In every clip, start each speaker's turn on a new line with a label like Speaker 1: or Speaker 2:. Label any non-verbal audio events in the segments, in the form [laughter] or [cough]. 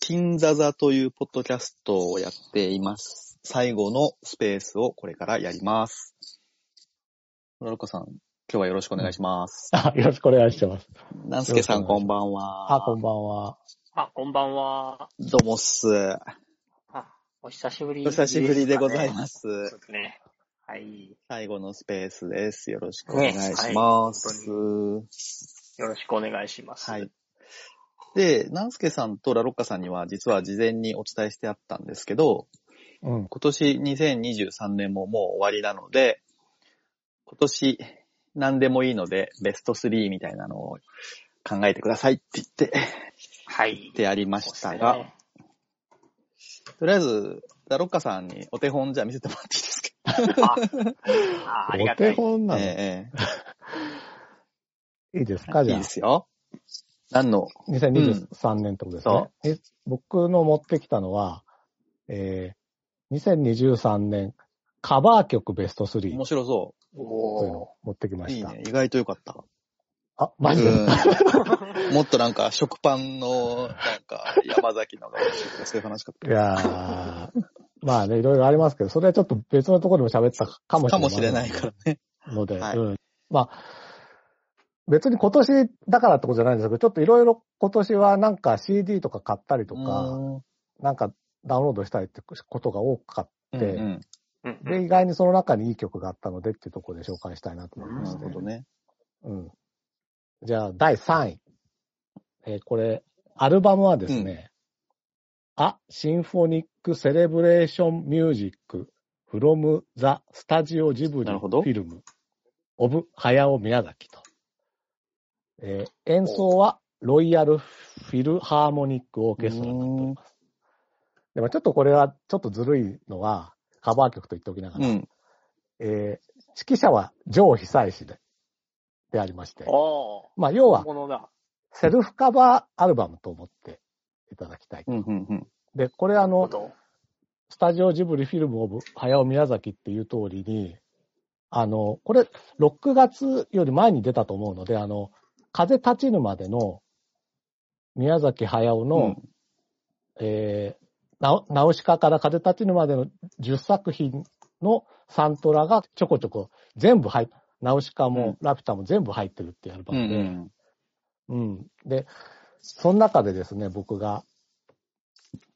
Speaker 1: 金座座というポッドキャストをやっています。最後のスペースをこれからやります。のろこさん、今日はよろしくお願いします。
Speaker 2: あ、よろしくお願いします。
Speaker 1: なんすけさん、
Speaker 2: よろ
Speaker 1: こ
Speaker 2: し
Speaker 1: ん
Speaker 2: く
Speaker 1: ばんは。
Speaker 2: あ、こんばんは。
Speaker 3: あ、こんばんは。
Speaker 1: どうもっす。
Speaker 3: あ、お久しぶり、
Speaker 1: お久しぶりでございますす。
Speaker 3: かね。そうですね。はい。
Speaker 1: 最後のスペースです。よろしくお願いします。
Speaker 3: よろしくお願いします。
Speaker 1: はい。。で、なんすけさんとラロッカさんには実は事前にお伝えしてあったんですけど、
Speaker 2: う
Speaker 1: 今
Speaker 2: ん。
Speaker 1: 年2023年ももう終わりなので、今年何でもいいのでベスト3みたいなのを考えてくださいって言って、
Speaker 3: はい。
Speaker 1: でありましたが、とりあえず、ラロッカさんにお手本じゃあ見せてもらっていいですか
Speaker 3: そうですねああ、ありが
Speaker 2: お
Speaker 3: た
Speaker 2: 手
Speaker 3: い。
Speaker 2: 本なの、
Speaker 1: ええ
Speaker 2: いいですかじ
Speaker 1: い
Speaker 2: ゃ
Speaker 1: い
Speaker 2: あ
Speaker 1: で。すよ。何の
Speaker 2: 2023年ってことですね、え僕の持ってきたのは、えー、2023年カバー曲ベスト3という
Speaker 1: 面白そ
Speaker 2: の
Speaker 3: おー
Speaker 2: を持ってきま
Speaker 1: う。い
Speaker 2: し
Speaker 1: い
Speaker 2: た。
Speaker 1: ね。意外と良かった。
Speaker 2: あ、マジで、
Speaker 1: うん [laughs] もっとなんか食パンの、なんか山崎のが美味しいとかそういう話か
Speaker 2: いやーまあね、いろいろありますけど、それはちょっと別のところでも喋ったかもしれない。
Speaker 1: かもしれないからね。
Speaker 2: ので、
Speaker 1: はい
Speaker 2: うん。まあ、別に今年だからってことじゃないんですけど、ちょっといろいろ今年はなんか CD とか買ったりとか、なんかダウンロードしたりってことが多かっ
Speaker 1: うん
Speaker 2: で
Speaker 1: うん
Speaker 3: うん
Speaker 2: た。で、意外にその中にいい曲があったのでっていうところで紹介したいなと思いま
Speaker 1: な
Speaker 2: し
Speaker 1: る
Speaker 2: て。
Speaker 1: ほどね。
Speaker 2: うん。じゃあ、第3位。えーこれ、アルバムはですね、あ、シンフォニックセレブレーションミュージック、フロムザ・スタジオジブリ
Speaker 1: なる
Speaker 2: フ
Speaker 1: ほど
Speaker 2: ィルム、オブ・ハヤオ・宮崎と。えー演奏は、ロイヤル・フィルハーモニック・オーケストラになっております。でもちょっとこれは、ちょっとずるいのは、カバー曲と言っておきなが
Speaker 1: う
Speaker 2: ら、
Speaker 1: ん。
Speaker 2: えー指揮者は、ジョー・ヒサイシで、でありまして。
Speaker 3: おー。
Speaker 2: まあ、要は、
Speaker 3: 本物だ。
Speaker 2: セルフカバーアルバムと思っていただきたい。
Speaker 1: うん、うん、うん。
Speaker 2: で、これあ
Speaker 3: なるほ
Speaker 2: の、
Speaker 3: ど
Speaker 2: スタジオジブリフィルムオブ、早尾宮崎っていう通りに、あの、これ、6月より前に出たと思うので、あの、風立ちぬまでの、宮崎駿の、
Speaker 1: うん
Speaker 2: えーナウ、ナウシカから風立ちぬまでの10作品のサントラがちょこちょこ全部入っナウシカもラピュタも全部入ってるっていうアルバ
Speaker 1: う
Speaker 2: ムで、
Speaker 1: ん
Speaker 2: うん。で、その中でですね、僕が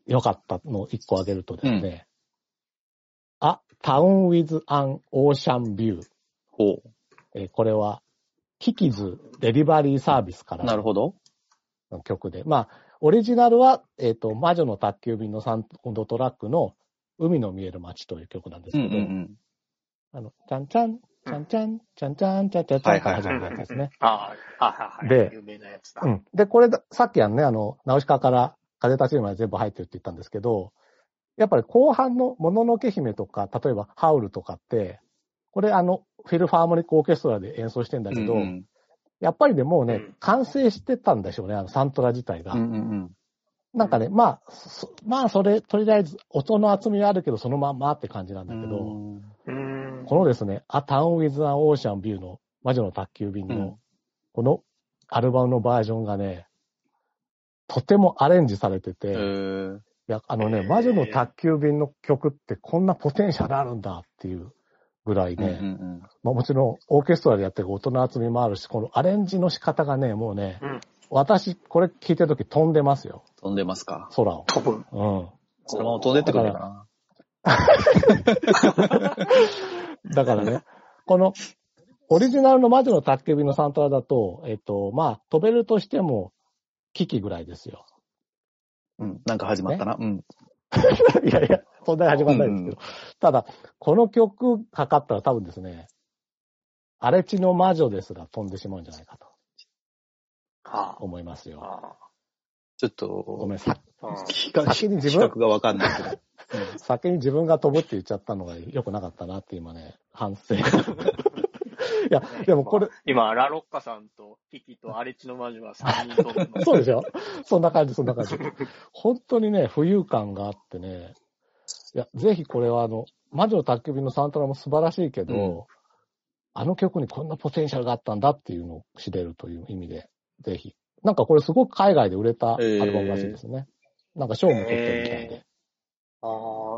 Speaker 2: 良かったのを1個挙げるとですね、あ、タウンウィズ・アン・オーシャン・ビュー。
Speaker 1: ほ
Speaker 2: えーこれは、キキズ・デリバリー・サービスか
Speaker 1: う。な
Speaker 2: ら
Speaker 1: るほど。
Speaker 2: の曲で、まあ、オリジナルは、えっ、と、魔女の宅急便のサウンドトラックの、海の見える街という曲なんです
Speaker 1: うん、
Speaker 2: け
Speaker 1: う
Speaker 2: ど、
Speaker 1: ん、
Speaker 2: あの、ちゃんちゃん、ちゃんちゃん、ちゃんちゃん、ちゃんちゃん、ちゃんって始まるやつですね。
Speaker 3: ああ、はいはいはい。
Speaker 2: で
Speaker 3: 有名なやつだ。
Speaker 2: うん。で、これだ、さっきあのね、あの、ナウシカから風立ちぬまで全部入ってるって言ったんですけど、やっぱり後半のもののけ姫とか、例えばハウルとかって、これあの、フィルファーモニックオーケストラで演奏してんだ
Speaker 1: う
Speaker 2: け
Speaker 1: ん。
Speaker 2: ど、
Speaker 1: うん、
Speaker 2: やっぱりね、もうね、
Speaker 3: うん
Speaker 2: 完成してたんでしょうね、あの、サントラ自体が。
Speaker 1: うんうん。
Speaker 2: なんかね、まあ、そまあ、それ、とりあえず、音の厚みはあるけど、そのまんまって感じなんだけど、
Speaker 1: うん
Speaker 3: うーん。
Speaker 2: このですね、A Town with an Ocean View の魔女の宅急便の、
Speaker 1: うん
Speaker 2: このアルバムのバージョンがね、とてもアレンジされてて、
Speaker 1: え
Speaker 2: い
Speaker 1: ー
Speaker 2: や、あの
Speaker 3: へ
Speaker 2: ね、
Speaker 3: ー
Speaker 2: 魔女の宅急便の曲ってこんなポテンシャルあるんだっていうぐらい
Speaker 1: うん
Speaker 2: ね、
Speaker 1: うん
Speaker 2: まあもちろんオーケストラでやってる音の厚みもあるし、このアレンジの仕方がね、もうね、
Speaker 3: うん
Speaker 2: 私、これ聞いてるとき飛んでますよ、
Speaker 1: 飛んでますか。
Speaker 2: 空を。
Speaker 3: 飛ぶ。
Speaker 2: うん。
Speaker 1: そのまま飛んでってくれるかな。
Speaker 2: だからね、この、オリジナルの魔女の宅急便のサントラだと、えっ、と、まあ、飛べるとしても、危機ぐらいですよ。
Speaker 1: うん。なんか始まったな。うん。
Speaker 2: [laughs] いやいや、そんなに始まらないですけど。ただ、この曲かかったら多分ですね、荒地の魔女ですら飛んでしまうんじゃないかと
Speaker 3: あ
Speaker 2: 思います
Speaker 3: あ。
Speaker 2: よ。
Speaker 3: あ
Speaker 1: ちょっ
Speaker 2: ご
Speaker 1: と、
Speaker 2: めん、さ
Speaker 3: あ。うん
Speaker 1: 企画、
Speaker 2: 先に自分
Speaker 1: 企画がわかんないけど。
Speaker 2: 先に自分が飛ぶって言っちゃったのが良くなかったなって今ね、反 [laughs] 省。いや、でもこれ、
Speaker 3: 今、ラロッカさんと、キキとアレチの魔女は3人とってます。
Speaker 2: [laughs] そうでしょそんな感じ、そんな感じ。本当にね、浮遊感があってね、いや、ぜひこれはあの、魔女の宅急便のサントラも素晴らしいけど、
Speaker 1: うん
Speaker 2: あの曲にこんなポテンシャルがあったんだっていうのを知れるという意味で、ぜひ。なんかこれすごく海外で売れたアルバムらしいですね。なんか賞も取ってるみたいで。
Speaker 3: あ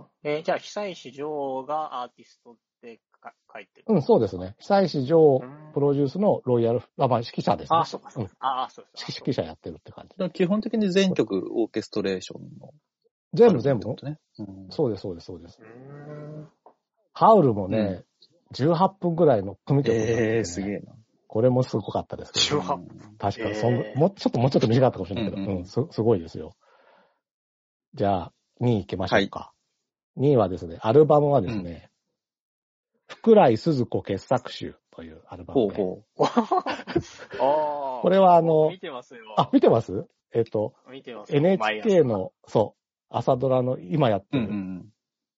Speaker 3: あ。えーじゃあ、久石譲がアーティストってか書いてる。
Speaker 2: うん、そうですね。久石譲
Speaker 3: うん
Speaker 2: プロデュースのロイヤル、あ、まあ、指揮者ですね。
Speaker 3: ああ、そうか、そうか。ああ、そうです。
Speaker 2: 指揮指揮者やってるって感じ。
Speaker 1: だ
Speaker 2: [laughs]
Speaker 1: から基本的に全曲オーケストレーションの。
Speaker 2: 全部全部
Speaker 1: っ。てことね。うん
Speaker 2: そうです、そうです、そうです。
Speaker 3: うーん。
Speaker 2: ハウルもね、18分ぐらいの組曲になっててね
Speaker 1: ええすげえな。
Speaker 2: これもすごかったですけど、
Speaker 3: 18分
Speaker 2: 確かにそん、
Speaker 3: ええ
Speaker 2: もうちょっと、もうちょっと短かったかもしれないけど、
Speaker 1: う
Speaker 2: うんん、
Speaker 1: うん
Speaker 2: す、すごいですよ。じゃあ、2位行きましょうか。2位はですね、アルバムはですね、福来鈴子傑作集というアルバ
Speaker 1: ほ
Speaker 2: ム
Speaker 1: う
Speaker 2: で。
Speaker 1: ほ
Speaker 3: ああ。
Speaker 2: これはあの
Speaker 3: 見、てますよ。
Speaker 2: あ、見てますえっと、
Speaker 3: 見てますよ。
Speaker 2: NHK
Speaker 3: 毎朝。
Speaker 2: の、そう、朝ドラの今やっ
Speaker 1: う。
Speaker 2: て
Speaker 1: うん
Speaker 2: る、
Speaker 1: うん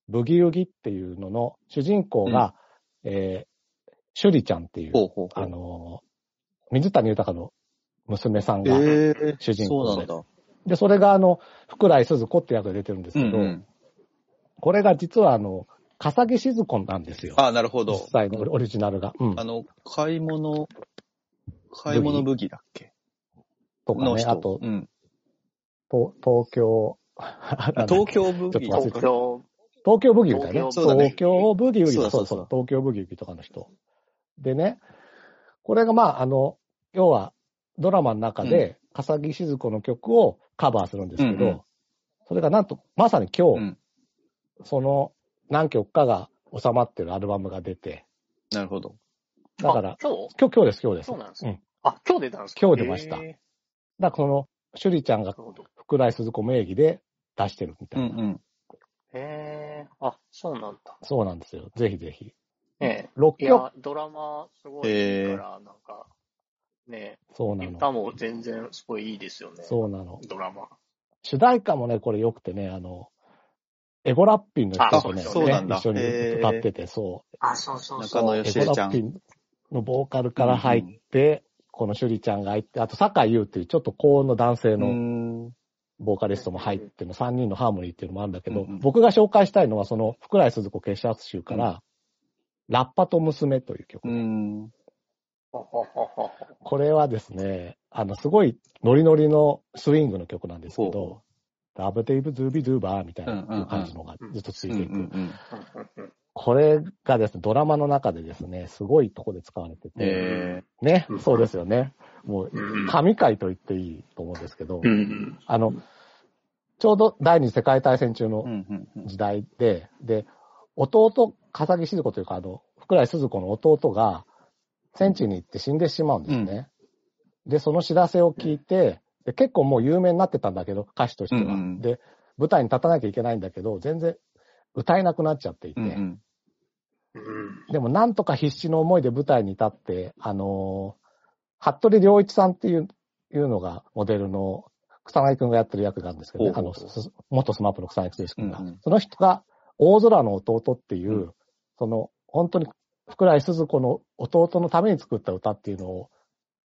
Speaker 2: ブギウギっていうのの主人公が、えー、シュリちゃんって
Speaker 1: うん。
Speaker 2: いう、
Speaker 1: ほうほうほう。
Speaker 2: あのー、水谷豊の娘さんが、
Speaker 1: ええ
Speaker 2: 主人公で
Speaker 1: そうなんだ。
Speaker 2: で、それがあの、福来鈴子って役で出てるんです
Speaker 1: う
Speaker 2: け
Speaker 1: ん
Speaker 2: ど、
Speaker 1: うん。
Speaker 2: これが実はあの、笠木静子なんですよ。
Speaker 1: あ、なるほ
Speaker 2: 実
Speaker 1: ど。
Speaker 2: 際のオリジナルが。うん
Speaker 1: あ。の、買い物、買い物武器だっけ
Speaker 2: とか
Speaker 1: の
Speaker 2: ね、
Speaker 1: 人。
Speaker 2: あと、
Speaker 1: うん。
Speaker 2: と東京、なんだっけ
Speaker 1: 東京武器。
Speaker 2: ちょっと忘れ
Speaker 3: 東京。
Speaker 2: 東京ブギウギだよね。
Speaker 1: 東京ブギウギ
Speaker 2: 東京ブギウギ
Speaker 1: そうだ
Speaker 2: だ。そう
Speaker 1: そう
Speaker 2: そ
Speaker 1: だ
Speaker 2: う。東京ブギウギとかの人。でね、これがまあ、あの、要は、ドラマの中で、笠木静子の曲をカバーするんですけど、
Speaker 1: うんうん
Speaker 2: それがなんと、まさに今
Speaker 1: う
Speaker 2: 日、
Speaker 1: ん。
Speaker 2: その何曲かが収まってるアルバムが出て、
Speaker 1: なるほど。
Speaker 2: だから
Speaker 3: あ、今日
Speaker 2: 今日、今日です、今日です。
Speaker 3: そうなんです
Speaker 2: う
Speaker 3: ね
Speaker 2: ん。
Speaker 3: あ、今日出たんですか
Speaker 2: 今日出ました
Speaker 3: へーなる
Speaker 2: だから、その、シュリちゃんが
Speaker 3: ほど。
Speaker 2: 福来鈴子名義で出してるみた
Speaker 1: う
Speaker 2: い
Speaker 1: ん
Speaker 2: な。
Speaker 1: うん。
Speaker 3: へえ。あ、そうなんだ。
Speaker 2: そうなんですよ。ぜひぜひ。
Speaker 3: ええ。
Speaker 2: 6曲。
Speaker 3: いや、ドラマすごいいいから、なんか、ね
Speaker 2: そうな
Speaker 3: え、
Speaker 2: の。
Speaker 3: 歌も全然すごいいいですよね。
Speaker 2: そうなの。
Speaker 3: ドラマ。
Speaker 2: 主題歌もね、これ良くてね、あの、エゴラッピンの人とね、
Speaker 3: あそう
Speaker 1: そう
Speaker 2: ね
Speaker 3: ですよね
Speaker 1: なんだ
Speaker 2: 一緒に
Speaker 1: へー
Speaker 2: 歌ってて、そう。
Speaker 3: あ、そうそう
Speaker 1: 中野
Speaker 3: そう。
Speaker 1: よ
Speaker 2: エ
Speaker 1: し
Speaker 2: ゴ
Speaker 1: え
Speaker 2: ラ
Speaker 1: ちゃ
Speaker 2: ッ
Speaker 1: ん
Speaker 2: ピ。ンのボーカルから入って、このシュリちゃんが入って、あと酒井優っていうちょっと高音の男性
Speaker 1: う
Speaker 2: の
Speaker 1: ん。
Speaker 2: ボーカリストも入っての3人のハーモニーっていうのもあるんだけど、
Speaker 1: うんうん
Speaker 2: 僕が紹介したいのはその福来鈴子結社集から、ラッパと娘という曲。
Speaker 1: うん。
Speaker 3: ほほほほほ
Speaker 2: これはですね、あの、すごいノリノリのスイングの曲なんですけ
Speaker 1: ほ
Speaker 2: ど、ダブテイブズービズーバーみたいな
Speaker 1: うんうんうん
Speaker 2: 感じのがずっとつ
Speaker 1: う
Speaker 2: い
Speaker 1: ん
Speaker 2: て
Speaker 1: う
Speaker 2: いく。
Speaker 1: んうん。
Speaker 3: うんうんうん
Speaker 2: これがですね、ドラマの中でですね、すごいとこで使われてて、
Speaker 1: え
Speaker 2: ね
Speaker 3: う、ん
Speaker 2: そうですよね。もう、神回と言っていいと思うんですけど、
Speaker 3: うんうん。
Speaker 2: あの、ちょうど第二次世界大戦中
Speaker 1: え。う
Speaker 2: の
Speaker 1: んうんうん。
Speaker 2: 時代で、で、弟、笠木静子というか、あの、福来鈴子の弟が、戦地に行って死んでしまうんですね。で、その知らせを聞いて、で結構もう有名になってたんだけど、歌手としては。
Speaker 1: うんうん
Speaker 2: で、舞台に立たなきゃいけないんだけど、全然歌えなくなっちゃっていて、
Speaker 1: うんうん。
Speaker 3: うん
Speaker 2: でもなんとか必死の思いで舞台に立って、あのー服部良一さんっていう、いうのがモデルの草薙くんがやってる役があるんですけど、ね、
Speaker 1: ほ
Speaker 2: あ
Speaker 1: うほう
Speaker 2: の、
Speaker 1: ほう
Speaker 2: す元スマップの草薙剛くんが、
Speaker 1: うんうん
Speaker 2: その人が大空の弟っていう、
Speaker 1: うん
Speaker 2: その、本当に福来鈴子の弟のために作った歌っていうのを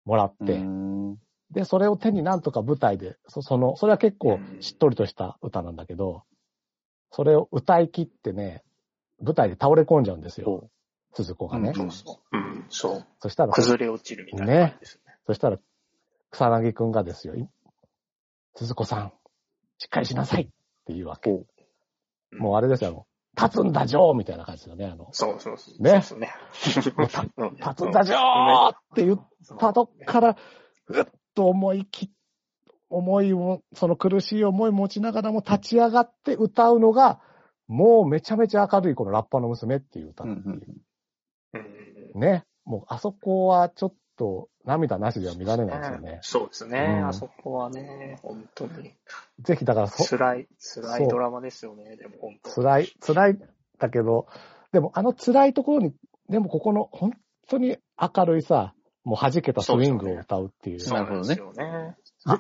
Speaker 2: もらって、
Speaker 1: うん
Speaker 2: で、それを手になんとか舞台で、そその、それは結構しっとりとした歌なんだけど、それを歌い切ってね、舞台で倒れ込んじゃうんですよ。
Speaker 1: ほ
Speaker 2: 鈴子がね。
Speaker 3: そうそう。うん、そう。
Speaker 2: そしたら、
Speaker 3: 崩れ落ちるみたいな感じですね。
Speaker 2: そしたら、草薙くんがですよ、い鈴子さん、しっかりしなさいっていうわけ。
Speaker 1: ほ
Speaker 3: う
Speaker 2: もうあれですよ、あの、立つんだじょーみたいな感じですよね、あの、
Speaker 3: そうそうそう。
Speaker 2: ね
Speaker 3: そ
Speaker 2: [laughs]
Speaker 3: うですね。
Speaker 2: 立つんだじょーって言ったとこから、うっと思いき、思いを、その苦しい思い持ちながらも立ち上がって歌うのが、もうめちゃめちゃ明るいこのラッパの娘っていう歌
Speaker 1: う
Speaker 2: っ
Speaker 1: ん
Speaker 2: て
Speaker 1: う
Speaker 2: い
Speaker 1: ん
Speaker 2: う。ね、もうあそこはちょっと涙なしでは見られないですよ
Speaker 3: うん
Speaker 2: ね。
Speaker 3: そうですね、
Speaker 2: うん
Speaker 3: あそこはね、本当に。
Speaker 2: ぜひだからそ、
Speaker 3: 辛い、辛
Speaker 2: そ
Speaker 3: いうドラマですよね、でも本当。
Speaker 2: 辛い、辛いだけど、でもあの辛いところに、でもここの本当に明るいさ、もう弾けたスイングを歌うっていう。
Speaker 3: そうなんですよね。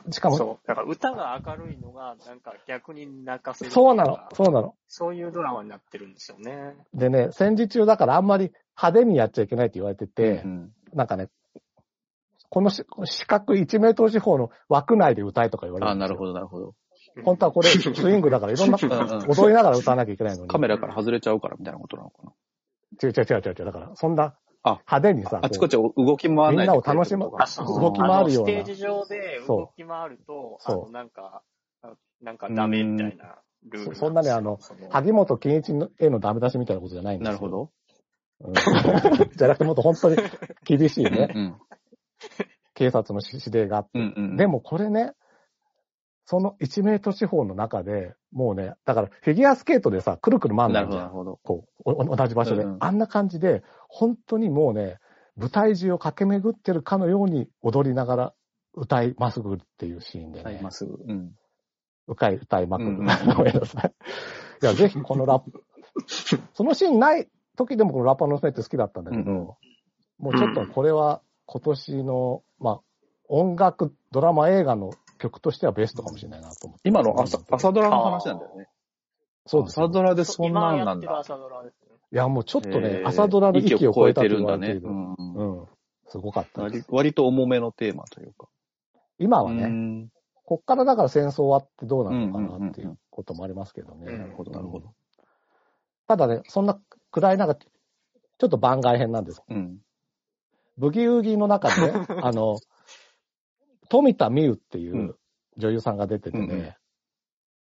Speaker 2: でしかも、
Speaker 3: そう。だから歌が明るいのが、なんか逆に泣かせる
Speaker 2: そうなの、そうなの。
Speaker 3: そういうドラマになってるんですよね。
Speaker 2: でね、戦時中だからあんまり派手にやっちゃいけないって言われてて、
Speaker 1: うん
Speaker 2: なんかね、このし四角い1メートル四方の枠内で歌えとか言われる
Speaker 1: あ、
Speaker 2: んで
Speaker 1: な
Speaker 2: すよ
Speaker 1: るほど、なるほど。
Speaker 2: 本当は
Speaker 1: [laughs]
Speaker 2: これ、スイングだからいろんな、
Speaker 1: んうん
Speaker 2: 踊りながら歌わなきゃいけないのに。
Speaker 1: カメラから外れちゃうからみたいなことなのかな。
Speaker 2: 違う違う違う違う違う。だから、そんな
Speaker 1: あ
Speaker 2: 派手にさ、
Speaker 1: あちこち動き回らない
Speaker 2: みんなを楽しむ
Speaker 1: あ
Speaker 3: あ、そうそう
Speaker 1: 動き
Speaker 2: 回るような
Speaker 3: あのステージ上で動き回ると、あ
Speaker 2: そう
Speaker 3: の、なんか、あなんかダメみたいなルールですよ。
Speaker 2: そそんなねあの
Speaker 3: その、
Speaker 2: 萩本健一のへのダメ出しみたいなことじゃないんです
Speaker 1: なる
Speaker 2: よ。
Speaker 1: ほ。ど。
Speaker 2: うん、 [laughs] じゃなくてもっと本当に厳しい
Speaker 1: うん
Speaker 2: ね、
Speaker 1: うん。
Speaker 2: 警察の指令があっ
Speaker 1: う
Speaker 2: て。
Speaker 1: んうん。
Speaker 2: でもこれね、その1メートル四方の中で、もうね、だからフィギュアスケートでさ、くるくる回ん
Speaker 1: な
Speaker 2: な
Speaker 1: るほ
Speaker 2: いじ
Speaker 1: ど、
Speaker 2: ゃ
Speaker 1: なる
Speaker 2: ん。
Speaker 1: ほど。
Speaker 2: こう、お同じ場所で、
Speaker 1: うんうん
Speaker 2: あんな感じで、本当にもうね、舞台中を駆け巡ってるかのように踊りながら歌いまくるっていうシーンで
Speaker 1: はい、
Speaker 2: ね
Speaker 1: ま。っすぐ。うん。
Speaker 2: うかい歌いまくる。
Speaker 1: うんうん
Speaker 2: [laughs] ごめんなさい。いや、ぜひこのラップ、そのシーンない時でもこのラッパーの娘って好きだったんだけど、
Speaker 1: うんうん
Speaker 2: もうちょっとこれは今年の、まあ、音楽、ドラマ、映画の曲としてはベストかもしれないなと思って。
Speaker 1: 今の朝朝ドラの話なんだよね。
Speaker 2: そうです
Speaker 1: 朝
Speaker 2: よ
Speaker 1: ドラで
Speaker 3: そ
Speaker 1: そん
Speaker 3: 今
Speaker 1: なん
Speaker 3: や
Speaker 1: な
Speaker 3: っ
Speaker 1: ん
Speaker 3: てる
Speaker 1: だ。
Speaker 3: 朝ドラですね。
Speaker 2: いや、もうちょっとね、
Speaker 1: えー
Speaker 2: 朝ドラの域を超えたと言
Speaker 1: 域を超
Speaker 2: わ
Speaker 1: え
Speaker 2: れ
Speaker 1: て
Speaker 2: てい
Speaker 1: る
Speaker 2: る。
Speaker 1: んだね。うん。
Speaker 2: うん。すごかったで
Speaker 1: 割
Speaker 2: す。
Speaker 1: 割と重めのテーマというか。
Speaker 2: 今は
Speaker 1: う
Speaker 2: ね、
Speaker 1: ん。
Speaker 2: こっからだから戦争終わってどうなのかなってい
Speaker 1: んうんうんう
Speaker 2: うこともありますけどね。
Speaker 3: うん
Speaker 1: なるほど、なるほど。
Speaker 2: ただね、そんな暗い中、ちょっと番外編なんです
Speaker 1: うん。
Speaker 2: ブギウギの
Speaker 1: [laughs]
Speaker 2: 中で、あの、富田美優っていうんう女優さんが出ててね、
Speaker 1: うんうん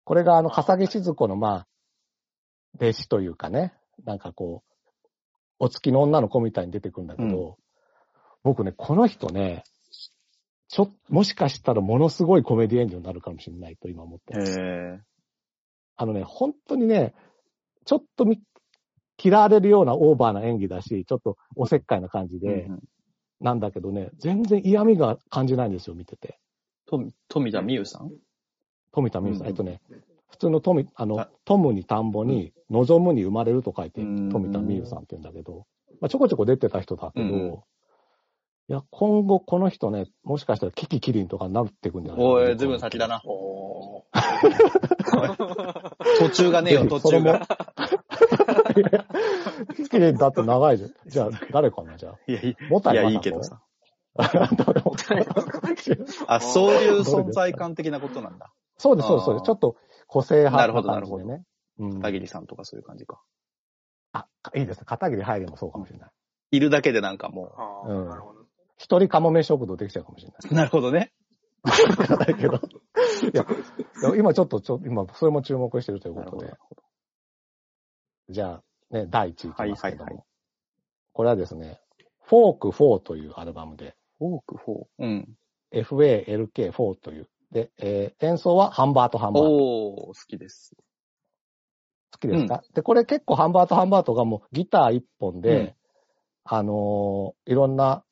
Speaker 2: これがあの、笠木静子の、まあ、弟子というかね、なんかこう、お月の女の子みたいに出てくるんだけど、僕ね、この人ね、ちょ、もしかしたらものすごいコメディエンジになるかもしれないと今思って
Speaker 1: へ
Speaker 2: ます。
Speaker 1: え。
Speaker 2: あのね、本当にね、ちょっとみ嫌われるようなオーバーな演技だし、ちょっとおせっかいな感じで、
Speaker 1: うんうん
Speaker 2: なんだけどね、全然嫌味が感じないんですよ、見てて。
Speaker 1: 富富田美優さん
Speaker 2: 富田美優さん。
Speaker 1: うん
Speaker 2: えっとね、普通の富、あの
Speaker 1: あ、
Speaker 2: トムに田んぼに、望むに生まれると書いて、
Speaker 1: うん
Speaker 2: 富田美優さんって言うんだけど、まあ、ちょこちょこ出てた人だけど、
Speaker 1: うん
Speaker 2: いや、今後この人ね、もしかしたらキキキリンとかになってくんじゃない
Speaker 1: お
Speaker 2: か
Speaker 1: い、
Speaker 2: な
Speaker 1: ずいぶん先だ。な。
Speaker 3: お
Speaker 1: 途中がねえよ、
Speaker 2: で
Speaker 1: 途中が。
Speaker 2: いやキキリンだって長いじゃん。じゃあ、誰かな、じゃあ。
Speaker 1: いや、い
Speaker 2: もた
Speaker 1: いや、いいけど。さ。
Speaker 2: [laughs]
Speaker 1: [laughs]
Speaker 2: 誰も
Speaker 1: あ、そういう存在感的なことなんだ。
Speaker 2: そうです、そうです、
Speaker 1: あ
Speaker 2: そ
Speaker 1: ー
Speaker 2: うです。ちょっと個性派な
Speaker 1: な
Speaker 2: 感
Speaker 1: る
Speaker 2: じ
Speaker 1: ほ
Speaker 2: で
Speaker 1: ど
Speaker 2: ね。うん
Speaker 1: 片桐さんとかそういう感じか。
Speaker 2: あ、いいですね。片桐入りもそうかもしれない。
Speaker 1: いるだけでなんかも
Speaker 3: ああ、
Speaker 2: うん
Speaker 3: なるほど。
Speaker 2: 一人かもめ食堂できちゃうかもしれ
Speaker 1: う。なるほどね。
Speaker 2: ない。わかんな
Speaker 1: [laughs]
Speaker 2: いけど。いや、いや今ちょっと、ちょ今、それも注目してるというこ
Speaker 1: なる
Speaker 2: と
Speaker 1: ほど。
Speaker 2: で
Speaker 1: なる。ほど
Speaker 2: じゃあ、ね、第1位いきますけども。
Speaker 1: はいはいは
Speaker 2: これはですね、フォーク4というアルバムで、
Speaker 1: フォーク4。うん。
Speaker 2: FALK4 という。で、えー演奏はハンバートハンバート。
Speaker 1: おー、好きです。
Speaker 2: 好きですか、で、これ結構ハンバートハンバートがもうギター1本で、
Speaker 1: うん
Speaker 2: あのーいろんな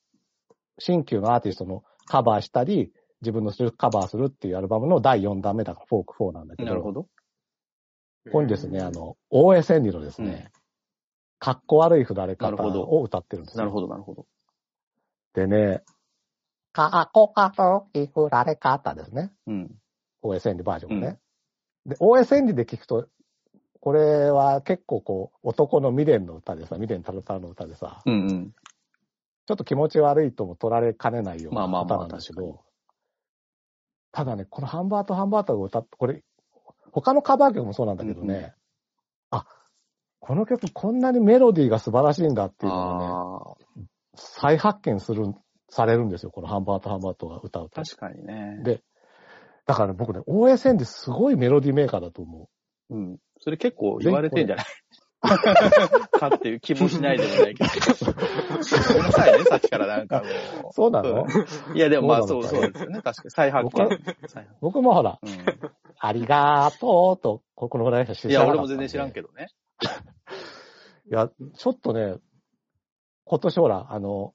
Speaker 2: 新旧のアーティストのカバーしたり、自分のカバーするっていうアルバムの第4弾目だから、フォーク4なんだけど、
Speaker 1: なるほど。
Speaker 2: ここにですね、あの、大江千里のですね、かっこ悪い振られ
Speaker 1: な
Speaker 2: 方
Speaker 1: るほど
Speaker 2: を歌ってるんですよ
Speaker 1: なるほど、なるほど。
Speaker 2: でね、かっこ悪い振られ方ですね。
Speaker 1: うん。
Speaker 2: 大江千里バージョンがね。で、大江千里で聞くと、これは結構こう、男の未練の歌でさ、未練たるたるの歌でさ、
Speaker 1: うんうん。
Speaker 2: ちょっと気持ち悪いとも取られかねないような
Speaker 1: まあまあま
Speaker 2: 歌
Speaker 1: あ
Speaker 2: なんですけど、ただね、このハンバートハンバートが歌って、これ、他のカバー曲もそうなんだけどね、
Speaker 1: うんう
Speaker 2: あ、この曲こんなにメロディーが素晴らしいんだっていうのが
Speaker 1: あ
Speaker 2: ね、
Speaker 1: あ、
Speaker 2: 再発見する、されるんですよ、このハンバートハンバートが歌うと。
Speaker 1: 確かにね。
Speaker 2: で、だからね、僕ね、大江千ですごいメロディーメーカーだと思う。
Speaker 1: うん。それ結構言われてんじゃない [laughs] かっていう気もしないでもないけど。ごめんなさいね、さっきからなんかも
Speaker 2: そうなの、
Speaker 1: う。いや、でもまあ
Speaker 2: そ
Speaker 1: そううそ
Speaker 2: なのか
Speaker 1: うですよね。確かに。再発
Speaker 2: 僕は
Speaker 1: 見。再発
Speaker 2: 僕もほら、
Speaker 1: 見うん
Speaker 2: ありがとうと、ここのぐらいしか知
Speaker 1: い
Speaker 2: ら
Speaker 1: や、
Speaker 2: なかっ
Speaker 1: 俺
Speaker 2: た
Speaker 1: も
Speaker 2: んで。
Speaker 1: 全然知らんけどね。
Speaker 2: いや、ちょっとね、今年ほら、あの、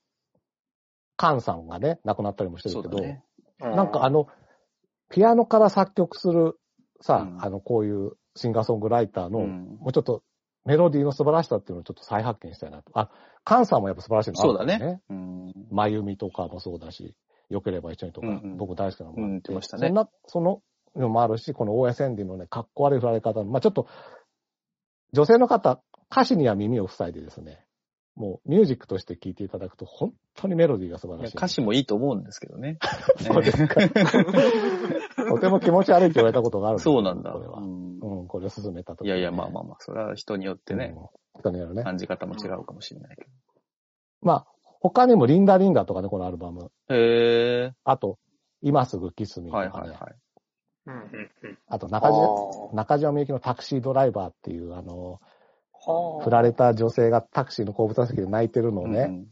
Speaker 2: カンさんがね、亡くなったりもして
Speaker 1: そ
Speaker 2: る
Speaker 1: う
Speaker 2: け
Speaker 1: だ
Speaker 2: ど、
Speaker 1: ね。
Speaker 3: うん
Speaker 2: なんかあの、ピアノから作曲する、さ、
Speaker 1: うん
Speaker 2: あの、こういうシンガーソングライターの、
Speaker 1: うん
Speaker 2: もうちょっとメロディーの素晴らしさっていうのをちょっと再発見したいなと。あ、カンさんもやっぱ素晴らしいのあ
Speaker 1: そ
Speaker 2: る
Speaker 1: う
Speaker 2: か
Speaker 1: だ
Speaker 2: ら
Speaker 1: ね。うん。
Speaker 2: まゆみとかもそうだし、よければ一緒にとか、
Speaker 1: うんうん
Speaker 2: 僕大好きなのもあ
Speaker 1: うん言
Speaker 2: っ、
Speaker 1: っててましたね
Speaker 2: そんな、そののもあるし、この大江千里のね、かっこ悪い振られ方の、まあちょっと、女性の方、歌詞には耳を塞いでですね、もうミュージックとして聴いていただくと、本当にメロディーが素晴
Speaker 1: い
Speaker 2: ら
Speaker 1: や
Speaker 2: しい。
Speaker 1: 歌詞もいいと思うんですけど [laughs] ね。
Speaker 2: そうですか。とても気持ち悪いって言われたことがあるで
Speaker 1: [laughs]
Speaker 2: す
Speaker 1: そうなんだ。
Speaker 2: これは
Speaker 1: う。ん
Speaker 2: うん、これを勧めたと、
Speaker 1: いやいや、まあまあまあ、それは人によってね、
Speaker 2: うん。人によるね。
Speaker 1: 感じ方も違うかもしれないけ
Speaker 2: まあ、他にもリンダリンダとかね、このアルバム。
Speaker 1: ど。へえ。
Speaker 2: あと、今すぐキスミとか
Speaker 1: はい
Speaker 2: ね。
Speaker 1: はいはい。
Speaker 3: うんうんうん。
Speaker 2: あと
Speaker 3: あ
Speaker 2: 中島、
Speaker 3: ー
Speaker 2: 中島みゆきのタクシードライバーっていう、あの、
Speaker 3: はあ。
Speaker 2: 振られた女性がタクシーの後部座席で泣いてるのをね、
Speaker 1: うん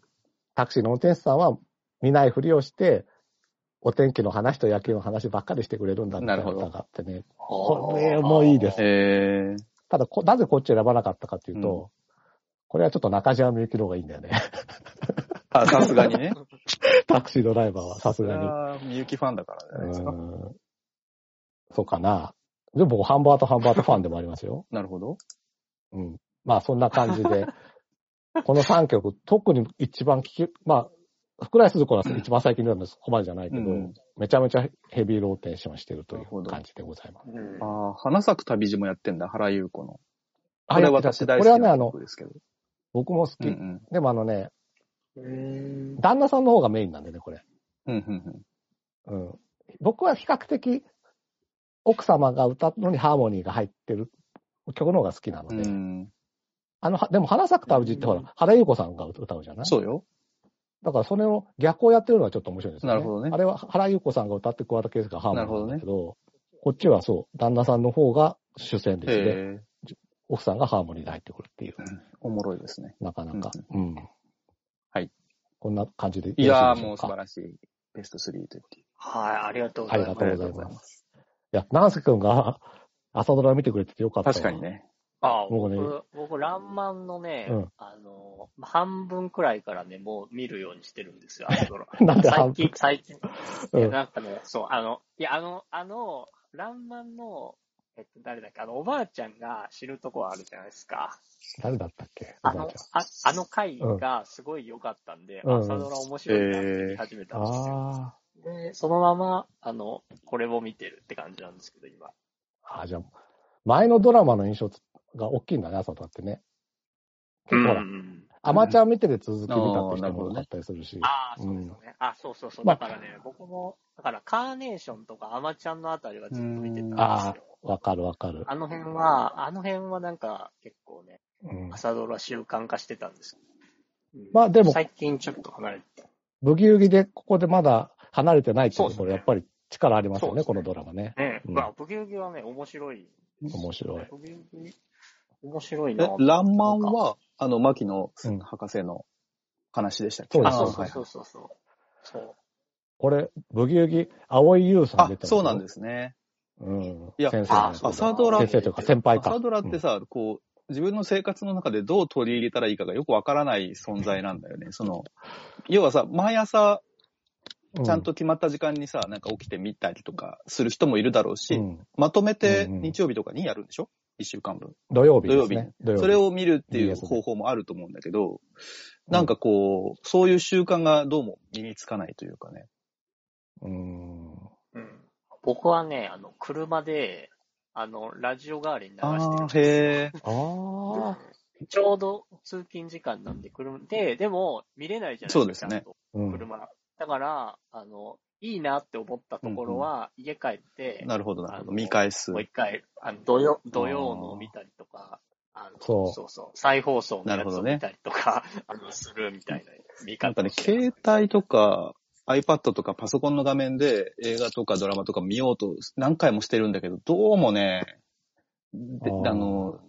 Speaker 2: タクシーの運転手さんは見ないふりをして、お天気の話と野球の話ばっかりしてくれるんだって
Speaker 1: なるほど
Speaker 2: 歌があってね。
Speaker 3: こ
Speaker 2: れもいいです
Speaker 1: うん。えー、
Speaker 2: ただこ、なぜこっちを選ばなかったかっていうと、これはちょっと中島みゆきの方がいいんだ
Speaker 1: [laughs]
Speaker 2: よね。
Speaker 1: あ、さすがにね。
Speaker 2: タクシードライバーはさすがに。
Speaker 1: がに。みゆきファンだからじゃないですか。
Speaker 2: うんそうかな。でも僕、ハンバートハンバートファンでもありますよ。
Speaker 1: なるほど。
Speaker 2: うん。まあ、そんな感じ [laughs] で、この3曲、特に一番聴き、まあ、福来鈴子は一番最近のんでそこまでじゃないけ
Speaker 1: う
Speaker 2: ど、
Speaker 1: ん
Speaker 2: めちゃめちゃヘビーローテーションしてるとい
Speaker 1: なるほ
Speaker 2: う
Speaker 1: ど
Speaker 2: 感じでございます。
Speaker 3: うん
Speaker 1: ああ、花咲く旅路もやってんだ、原優子の。
Speaker 2: あ
Speaker 1: これ
Speaker 2: やってた
Speaker 1: 私大
Speaker 2: これ
Speaker 1: 好
Speaker 2: は
Speaker 1: き
Speaker 2: ね、
Speaker 1: な
Speaker 2: あの
Speaker 1: 曲、ですけど。
Speaker 2: 僕も好
Speaker 1: うん
Speaker 2: き。でもあのね、
Speaker 3: うん
Speaker 2: 旦那さんの方がメインなんでね、これ。
Speaker 1: うん。うんうんうん
Speaker 2: うん。僕は比較的、奥様が歌うのにハーモニーが入ってる曲の方が好きなの
Speaker 1: う
Speaker 2: で。
Speaker 1: ん。
Speaker 2: あの、はでも花咲く旅路ってほら、原優子さんが歌うじゃない
Speaker 1: そうよ。
Speaker 2: だからそれを逆をやってるのはちょっと面白いですね。
Speaker 1: なるほどね
Speaker 2: あれは原優子さんが歌って桑田佳祐がハーモニーなんだけど、こっちはそう、旦那さんの方が主戦ですね。
Speaker 1: へえ。
Speaker 2: 奥さんがハーモニーで入ってくるっていう、
Speaker 1: おもろいですね。
Speaker 2: なかなか。うん。
Speaker 1: はい。
Speaker 2: こんな感じでよ
Speaker 1: い
Speaker 2: ろしいでしょ
Speaker 1: やー、
Speaker 2: う
Speaker 1: もう
Speaker 2: か
Speaker 1: 素晴らしい。ベスト3ということで。
Speaker 3: はい、ありがとうご
Speaker 2: あ
Speaker 3: ざい
Speaker 2: り
Speaker 3: ま
Speaker 2: が
Speaker 3: す
Speaker 2: とうご
Speaker 1: ありがと
Speaker 2: ざいう
Speaker 1: ござい
Speaker 2: ま。
Speaker 1: ます
Speaker 2: いや、南瀬くんが朝ドラ見てくれててよかったわ。
Speaker 1: 確かにね。
Speaker 3: ああ、
Speaker 2: 僕
Speaker 3: 僕、
Speaker 2: ね
Speaker 3: 僕、ランマンのね、
Speaker 2: うん
Speaker 3: あの、半分くらいからね、もう見るようにしてるんですよ、朝ドラ
Speaker 2: [laughs] なんで半
Speaker 3: 最
Speaker 2: 分
Speaker 3: 近、最近。
Speaker 2: うん
Speaker 3: いや、なんかね、そう、あの、いや、あの、あの、ランマンの、えっと、誰だっけ、あの、おばあちゃんが知るとこあるじゃないですか。
Speaker 2: 誰だったっけ
Speaker 3: あ
Speaker 2: おばあ
Speaker 3: の
Speaker 2: ち、
Speaker 3: ああの回がすごい良かったんで、
Speaker 2: うん
Speaker 3: 朝ドラ面白いなって見始め
Speaker 2: ゃ
Speaker 3: た
Speaker 2: ん
Speaker 3: んですよ。
Speaker 2: あ
Speaker 3: で、そのまま、あの、これを見てるって感じなんですけど、今。
Speaker 2: ーあー、じゃあ、前のドラマの印象が大きいんだね、朝ドラってね。結構ほら、
Speaker 3: うん
Speaker 2: アマチュア見てて続き見たって人も多かったりするし。
Speaker 3: ああ、そうですよね。あそうそうそう。
Speaker 2: まあ
Speaker 3: だからね、僕も、だからカーネーションとかアマちゃんのあたりはずっと見てたん
Speaker 1: う
Speaker 3: です
Speaker 1: ん
Speaker 2: あ
Speaker 3: よ。
Speaker 2: わ、かるわかる。
Speaker 3: あの辺は、あの辺はなんか結構ね、
Speaker 2: うん、
Speaker 3: 朝ドラ習慣化してたんですけど。
Speaker 2: まあでも
Speaker 3: 最近ちょっと離れて。
Speaker 2: ブギウギでここでまだ離れてないってい
Speaker 3: そう
Speaker 2: うと
Speaker 3: です
Speaker 2: こ
Speaker 3: ね
Speaker 2: ろ、やっぱり力ありますよね、
Speaker 3: そ
Speaker 2: こ
Speaker 3: うで
Speaker 2: の
Speaker 3: すね
Speaker 2: ドラマね。
Speaker 3: ね、
Speaker 2: うん
Speaker 3: まあ、ブギウギはね、面白い。
Speaker 2: 面白い。
Speaker 3: ブギウギ、面白い
Speaker 1: え
Speaker 3: な。、
Speaker 1: ランマンは、あの、牧野
Speaker 2: うん
Speaker 1: 博士の話でしたっけ、
Speaker 2: そうで
Speaker 3: あ、
Speaker 2: す
Speaker 1: あ
Speaker 3: そうそう
Speaker 1: はい
Speaker 3: そうそうそう。そう。
Speaker 2: これ、ブギウギ、青井優さん
Speaker 1: あ
Speaker 2: 出て、。
Speaker 1: そうなんですすね。
Speaker 2: うん。
Speaker 1: いや
Speaker 2: 先生なんですけど
Speaker 3: あ
Speaker 1: 朝ドラ
Speaker 2: 先生というか先輩か。
Speaker 1: 朝ドラってさ、こう、自分の生活の中でどう取り入れたらいいかがよくわからない存在なんだよね。その、要はさ、毎朝、
Speaker 2: う
Speaker 1: ちゃんと決まった時間にさ、なんか起きてみたりとかする人もいるだろうし、
Speaker 2: うん
Speaker 1: まとめて
Speaker 2: うんうん
Speaker 1: 日曜日とかにやるんでしょ一週間分。
Speaker 2: 土曜
Speaker 1: 土
Speaker 2: 日で
Speaker 1: 曜
Speaker 2: す
Speaker 1: 日に
Speaker 2: ね。土曜日。
Speaker 1: それを見るっていう
Speaker 2: BS で
Speaker 1: 方法もあると思うんだけど、なんかこう、そういう習慣がどうも身につかないというかね。
Speaker 2: うん。
Speaker 3: うん。僕はね、あの、車で、あの、ラジオ代わりに流してるん
Speaker 1: あ
Speaker 3: です
Speaker 1: あ、
Speaker 3: よ
Speaker 1: へえ。
Speaker 2: ああ。
Speaker 3: ちょうど通勤時間なんで、車で、でも見れないじゃないですか。
Speaker 1: そうですね
Speaker 3: ちゃんと
Speaker 2: うん。
Speaker 3: 車。だから、あの、いいなって思ったところは、家帰って、
Speaker 1: なるほど、なるほど。
Speaker 3: あの
Speaker 1: 見返す
Speaker 3: もう。一回、あの土曜、土曜のを見たりとか、あの
Speaker 2: そう
Speaker 3: そうそう再放送の
Speaker 1: な
Speaker 3: や
Speaker 1: るほ
Speaker 3: つ
Speaker 1: ど
Speaker 3: を
Speaker 1: ね
Speaker 3: 見たりとか、 [laughs] あの、するみたいな見
Speaker 1: なん
Speaker 3: 方
Speaker 1: か
Speaker 3: を
Speaker 1: ね、
Speaker 3: してます
Speaker 1: 携帯とか iPad とかパソコンの画面で映画とかドラマとか見ようと何回もしてるんだけど、どうもね、で
Speaker 2: あ
Speaker 1: あ
Speaker 2: ー
Speaker 1: の、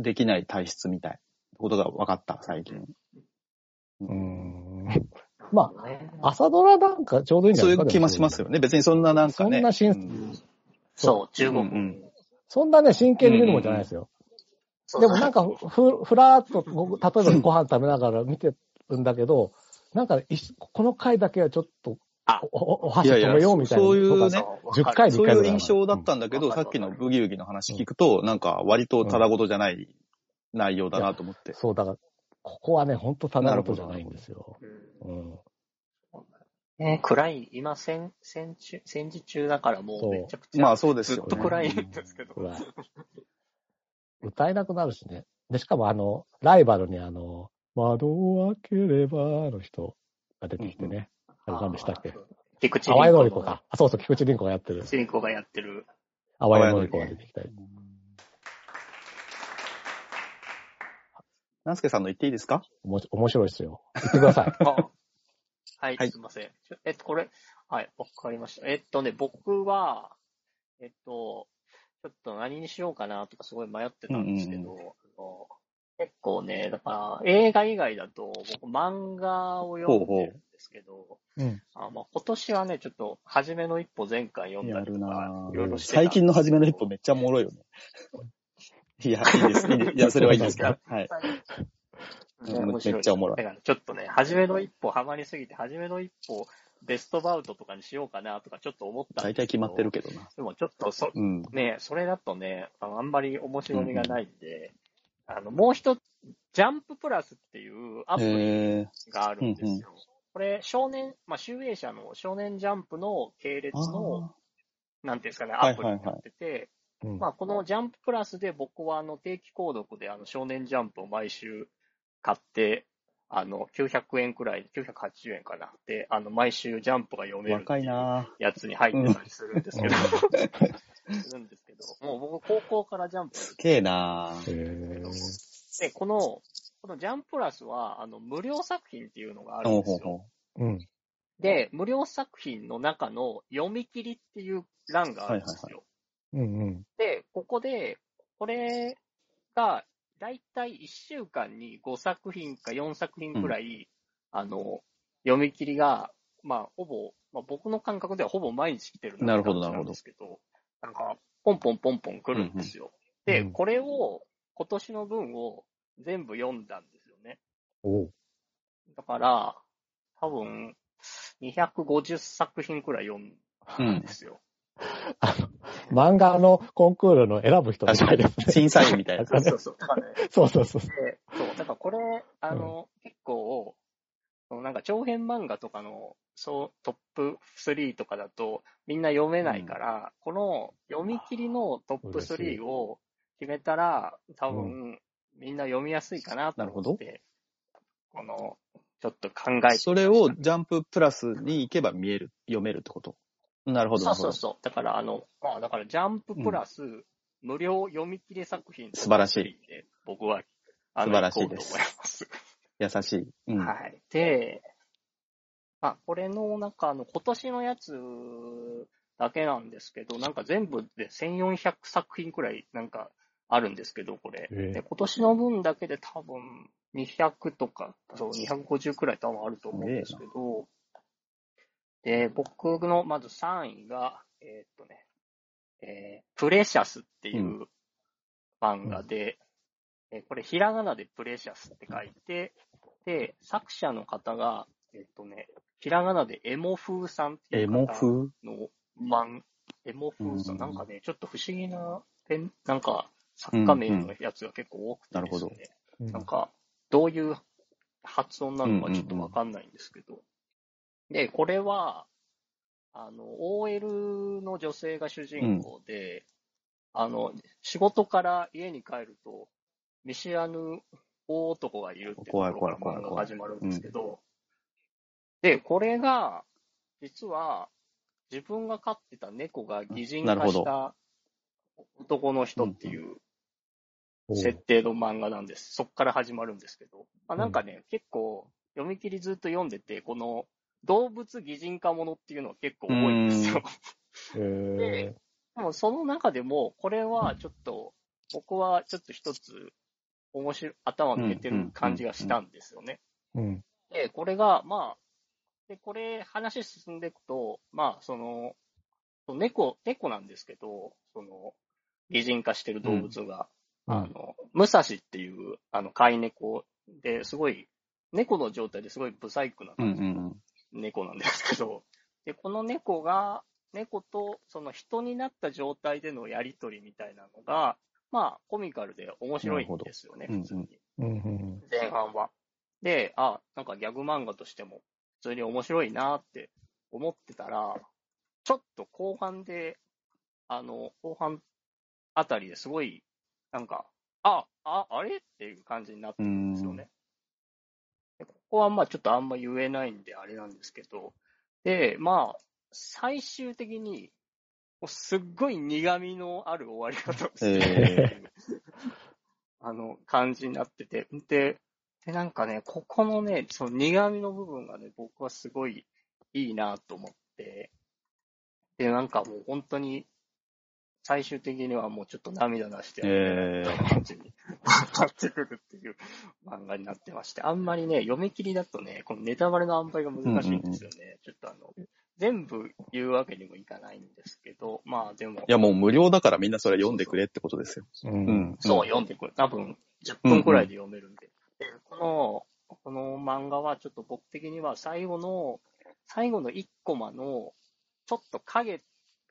Speaker 1: できない体質みたいなことが分かった、最近。
Speaker 2: うん。ま
Speaker 3: ね
Speaker 2: あ、朝ドラなんかちょうどいいんじゃ
Speaker 1: そう
Speaker 2: ないいです
Speaker 1: う
Speaker 2: か
Speaker 1: 気もしますよね。別にそんななんかね。
Speaker 2: そんな
Speaker 1: う
Speaker 2: 神
Speaker 1: ん
Speaker 3: そう、中国。
Speaker 1: うんうん
Speaker 2: そんなね、真剣に見るもんじゃないですよ。
Speaker 3: そう
Speaker 2: でもなんか、ふ、ふらーっと、ご例えばご飯食べながら見てるんだけど、なんか、いしこの回だけはちょっと
Speaker 3: あ、
Speaker 2: お、お、お箸
Speaker 1: いやい
Speaker 2: 止
Speaker 1: や
Speaker 2: めようみたいな。
Speaker 1: そういう
Speaker 2: とか
Speaker 1: ね
Speaker 2: 10回
Speaker 1: そうい
Speaker 2: 回ぐ
Speaker 1: う
Speaker 2: らいは
Speaker 1: 印象だったんだけ
Speaker 3: う
Speaker 1: ど、
Speaker 3: ん
Speaker 1: さっきのブギウギの話聞くと、なんか割とただごとじゃない内容だなと思って。
Speaker 2: そう、だから、ここはね、ほんとただのことじゃないんですよ。
Speaker 3: う
Speaker 2: う
Speaker 3: ん
Speaker 2: ん。
Speaker 3: ね、暗い、今戦、戦中、戦時中だからも
Speaker 2: そう
Speaker 3: うめちゃくちゃ、
Speaker 1: まあそうです
Speaker 3: ずっ
Speaker 1: よね。
Speaker 3: と暗いんですけど。
Speaker 2: 暗い。歌えなくなるしね。で、しかもあの、ライバルにあの、窓を開ければの人が出てきてね。あれ何でしたっけ
Speaker 3: 菊池
Speaker 2: 淡
Speaker 3: 凛
Speaker 2: い
Speaker 3: 子
Speaker 2: の
Speaker 3: の
Speaker 2: りこか。あ、そうそう、菊池凛子がやってる
Speaker 3: 菊。池凛子がやってる。
Speaker 2: 淡いのりこが出てきたり。
Speaker 1: ナンスケさんの言っていいですか
Speaker 2: おもし面白いですよ。言ってください。
Speaker 3: [laughs] あはい、
Speaker 1: はい
Speaker 3: すいません。ちょえっと、これ、はい、わかりました。えっとね、僕は、えっと、ちょっと何にしようかなとかすごい迷ってたんですけど、
Speaker 1: う
Speaker 3: あの結構ね、だから映画以外だと僕漫画を読んでるんですけど、
Speaker 2: うん。
Speaker 3: あまあ、今年はね、ちょっと、初めの一歩前回読ん
Speaker 1: や
Speaker 3: だり
Speaker 1: る
Speaker 3: とか
Speaker 1: な、
Speaker 3: いろいろ
Speaker 1: ぁ。
Speaker 3: してたん
Speaker 1: 最
Speaker 3: です
Speaker 1: 近
Speaker 3: けど
Speaker 1: の初めの一歩めっちゃおもろいよね。 [laughs] いや、いいです。 [laughs] いいですいや、それはいいですけど。はい。うん
Speaker 3: ね面白
Speaker 1: めっちゃおもろい
Speaker 3: だからちょっとね、初めの一歩ハマりすぎて、初めの一歩ベストバウトとかにしようかなとかちょっと思ったん
Speaker 1: 大
Speaker 3: ですけど
Speaker 1: 体決まってる。けどな。
Speaker 3: でもちょっとそ、
Speaker 1: うん。
Speaker 3: ね、それだとね、あのあんまり面白みがないんで、あの、もう一つ、ジャンププラスっていうアプリ
Speaker 1: え
Speaker 3: があるんですよ。
Speaker 1: うんうん
Speaker 3: これ、少年、まあ、集英社の少年ジャンプの系列
Speaker 1: ー、
Speaker 3: の、
Speaker 1: あ
Speaker 3: なんていうんですかね、
Speaker 1: はい
Speaker 3: アプ
Speaker 1: はい
Speaker 3: リ
Speaker 1: はい
Speaker 3: になってて、
Speaker 2: うん
Speaker 3: まあ、このジャンププラスで僕はあの定期購読であの少年ジャンプを毎週買って、あの900円くらい、980円かな。で、あの毎週ジャンプが読
Speaker 1: ー
Speaker 3: める
Speaker 1: 若いな
Speaker 3: やつに入ってたりするんですけど、するんですけど、もう僕高校からジャンプ
Speaker 1: ぁ。 [laughs] すげえなぁ。
Speaker 2: へえ。
Speaker 3: で、この、このジャンププラスはあの無料作品っていうのがある
Speaker 1: ほ
Speaker 3: ん
Speaker 1: う
Speaker 3: です
Speaker 1: ほう
Speaker 3: よ。
Speaker 1: ほ
Speaker 2: うん。
Speaker 3: で、無料作品の中の読み切りっていう欄があるんですよ。
Speaker 1: はいはい
Speaker 2: うんうん。
Speaker 3: で、ここで、これが、だいたい1週間に5作品か4作品くらい、あの、読み切りが、まあ、ほぼ、まあ、僕の感覚ではほぼ毎日来てる
Speaker 1: なるほど
Speaker 3: って感
Speaker 1: なる
Speaker 3: じ
Speaker 1: ほど
Speaker 3: んですけど、なんか、ポンポンポンポン来るんですよ。
Speaker 2: うんうんう
Speaker 3: で、
Speaker 2: ん
Speaker 3: これを、今年の分を全部読んだんですよね。
Speaker 2: おう。
Speaker 3: だから、多分、250作品くらい読んだんですよ。
Speaker 2: あの、漫画のコンクールの選ぶ人みたいですね。
Speaker 1: う。審査員み [laughs] たいな。
Speaker 2: うん
Speaker 3: そうそう。だからね、
Speaker 2: [laughs] そうそうそう。
Speaker 3: で、そう、だからこれ、あの、結構、そのなんか長編漫画とかの、そう、トップ3とかだと、みんな読めないから、この読み切りのトップ
Speaker 2: 嬉しい
Speaker 3: 3を決めたら、多分、みんな読みやすいかなと思って、この、ちょっと考えてみました
Speaker 1: それをジャンププラスに行けば見える、読めるってこと。なるほど、な
Speaker 3: そう
Speaker 1: るほ
Speaker 3: そ
Speaker 1: ど
Speaker 3: う。そう。だから、あの、まあ、だから、ジャンププラス、無料読み切り作品
Speaker 1: 素晴らしい。
Speaker 3: 僕は、あの、
Speaker 1: 素晴ら
Speaker 3: 行
Speaker 1: し
Speaker 3: こ
Speaker 1: いう
Speaker 3: と
Speaker 1: で
Speaker 3: 思い
Speaker 1: す
Speaker 3: ます。
Speaker 1: 優しい。うん。
Speaker 3: はい。で、まあ、これの中の今年のやつだけなんですけど、なんか全部で1400作品くらいなんかあるんですけど、これ。
Speaker 2: えー
Speaker 3: で今年の分だけで多分200とか、そう、250くらい多分あると思うんですけど、で、僕のまず3位が、えーっとね、えープレシャスっていう漫画で、えーこれひらがなでプレシャスって書いて、で、作者の方が、えーっとね、ひらがなでエモ風さんってい
Speaker 1: エ
Speaker 3: う
Speaker 1: モ
Speaker 3: 方
Speaker 1: 風
Speaker 3: の漫エモ風さ、
Speaker 1: うんん
Speaker 3: なんかね、ちょっと不思議なペン、なんか作家名のやつが結構多くて
Speaker 1: うんうんなる
Speaker 3: で
Speaker 1: ほ
Speaker 3: す
Speaker 1: ど
Speaker 3: ね、
Speaker 2: うん
Speaker 3: なんか、どういう発音なのかちょっとわかんないんですけど。で、これは、あの、OL の女性が主人公で、あの、仕事から家に帰ると、見知らぬ大男がいるっていうところか
Speaker 1: 怖い
Speaker 3: ら
Speaker 1: 怖い怖い
Speaker 3: 漫画が
Speaker 1: 怖い
Speaker 3: 始まるんですけど、で、これが、実は、自分が飼ってた猫が擬人
Speaker 1: なる
Speaker 3: 化
Speaker 1: ほ
Speaker 3: し
Speaker 1: ど
Speaker 3: た男の人っていう
Speaker 2: おう
Speaker 3: 設定の漫画なんです。そっから始まるんですけど。まあ、なんかね、結構、読み切りずっと読んでて、この動物擬人化ものっていうのは結構多いんですよ。
Speaker 2: へえ
Speaker 3: [laughs] でもその中でも、これはちょっと、僕はちょっと一つ、面白い、頭抜けてる感じがしたんですよね。
Speaker 2: うん。
Speaker 3: で、これが、まあ、で、これ、話進んでいくと、まあ、その、猫、猫なんですけど、その、擬人化してる動物が、
Speaker 2: うん
Speaker 3: あの、武蔵っていう、あの、飼い猫で、すごい、猫の状態ですごいブサイクな
Speaker 1: うんう
Speaker 3: 感じの
Speaker 1: ん
Speaker 3: 猫なんですけど、で、この猫が、猫とその人になった状態でのやりとりみたいなのが、まあ、コミカルで面白いんですよね、
Speaker 1: なる
Speaker 3: 普
Speaker 1: ほ
Speaker 3: 通
Speaker 1: ど
Speaker 3: に。
Speaker 2: うんうん
Speaker 3: 前半は。で、あ、なんかギャグ漫画としても、普通に面白いなって思ってたら、ちょっと後半で、あの、後半あたりですごい、なんか、あ、あ、あれっていう感じになって
Speaker 1: う
Speaker 3: るん
Speaker 1: ん。
Speaker 3: ですよ
Speaker 1: う
Speaker 3: ね。でここはまあちょっとあんま言えないんであれなんですけど、で、まあ、最終的に、もうすっごい苦味のある終わり方をするっていう、 [laughs] あの、感じになってて、で、で、なんかね、ここのね、その苦味の部分がね、僕はすごいいいなと思って、で、なんかもう本当に、最終的にはもうちょっと涙出して、
Speaker 1: えー、
Speaker 3: 感じになってくるっていう漫画になってまして、あんまりね、読み切りだとね、このネタバレの塩梅が難しいんですよね。ちょっとあの、全部言うわけにもいかないんですけど、まあでも、
Speaker 1: いや、もう無料だからみんなそれ読んでくれってことですよ。
Speaker 2: うん
Speaker 1: うん。
Speaker 3: そう、読んでくる。多分、10分くらいで読めるんで。でこの、この漫画はちょっと僕的には最後の、最後の1コマの、ちょっと影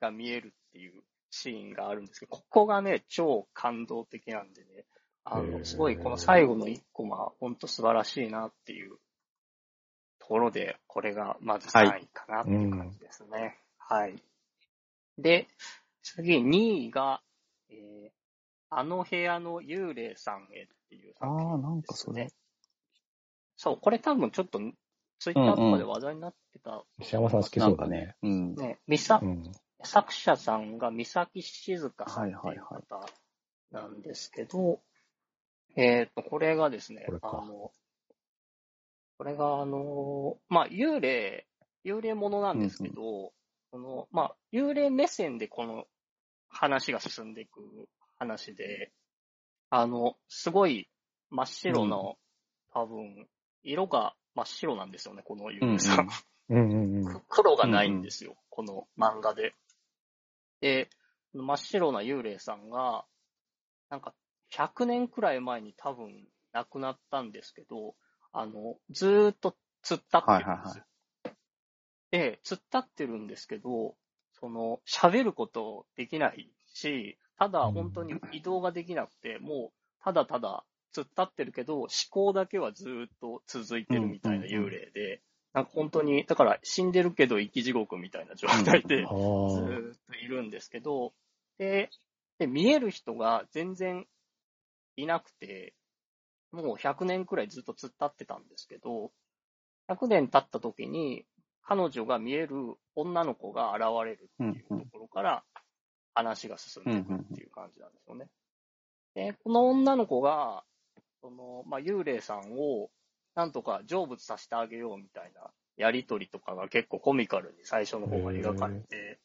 Speaker 3: が見えるっていうシーンがあるんですけど、ここがね、超感動的なんでね、あ
Speaker 2: へー
Speaker 3: の、すごいこの最後の1コマ、ほんと素晴らしいなっていうところで、これがまず3位かなっていう感じですね。はい。で、次2位が、えーあの部屋の幽霊さんへっていう作品
Speaker 1: ああ、なん
Speaker 3: で
Speaker 1: か
Speaker 3: す
Speaker 1: そ
Speaker 3: ね
Speaker 1: れ。。
Speaker 3: そう、これ多分ちょっと、ツイッターとかで話題になってた。
Speaker 2: 石山さん好き
Speaker 1: な
Speaker 2: そ
Speaker 1: ん
Speaker 2: う
Speaker 1: か
Speaker 2: だ
Speaker 1: ね
Speaker 2: ね。。
Speaker 1: うん。
Speaker 3: ね、みさ
Speaker 2: う、ん。
Speaker 3: 作者さんが三崎静香さんって
Speaker 1: はいいうはい
Speaker 3: 方なんですけど、えっ、と、これがですね、
Speaker 2: これか
Speaker 3: あの、これがあの、まあ、幽霊、幽霊ものなんですけど、この、まあ、幽霊目線でこの話が進んでいく話で、あの、すごい真っ白の、多分、色が真っ白なんですよね、この幽霊さ
Speaker 1: うんうん
Speaker 2: う
Speaker 3: ん。
Speaker 2: んうんうん。
Speaker 3: く黒がないんですよ、この漫画で。で、真っ白な幽霊さんが、なんか100年くらい前に多分亡くなったんですけど、あの、ずーっと突っ立ってるんですよ。で、突っ立ってるんですけど、その、喋ることできないし、ただ本当に移動ができなくて、もう、ただただ突っ立ってるけど、思考だけはずーっと続いてるみたいな幽霊で、なんか本当に、だから死んでるけど生き地獄みたいな状態で、
Speaker 2: あー
Speaker 3: ずーっといるんですけど、で、で見える人が全然いなくて、もう100年くらいずっと突っ立ってたんですけど、100年経った時に、彼女が見える女の子が現れるっていうところから、話が進んでいくっていう感じなんですよね。で、この女の子が、その、まあ、幽霊さんを、なんとか成仏させてあげようみたいな、やりとりとかが結構コミカルに最初の方が描かれて、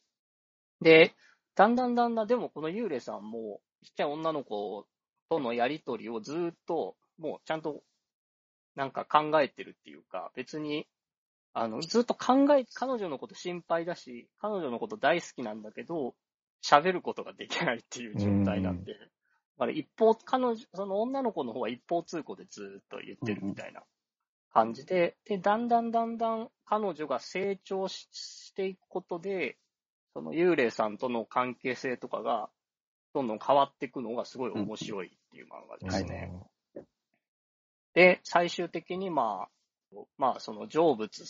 Speaker 3: で、だんだんだんだん、でもこの幽霊さんも、ちっちゃい女の子とのやりとりをずーっと、もうちゃんと、なんか考えてるっていうか、別に、あの、ずっと考え、彼女のこと心配だし、彼女のこと大好きなんだけど、喋ることができないっていう状態なんで、だから一方、彼女、その女の子の方は一方通行でずーっと言ってるみたいな感じで、で、だんだんだんだん彼女が成長ししていくことで、その幽霊さんとの関係性とかが、どんどん変わっていくのがすごい面白いっていう漫画ですね。で、最終的に、まあ、まあ、その成仏っ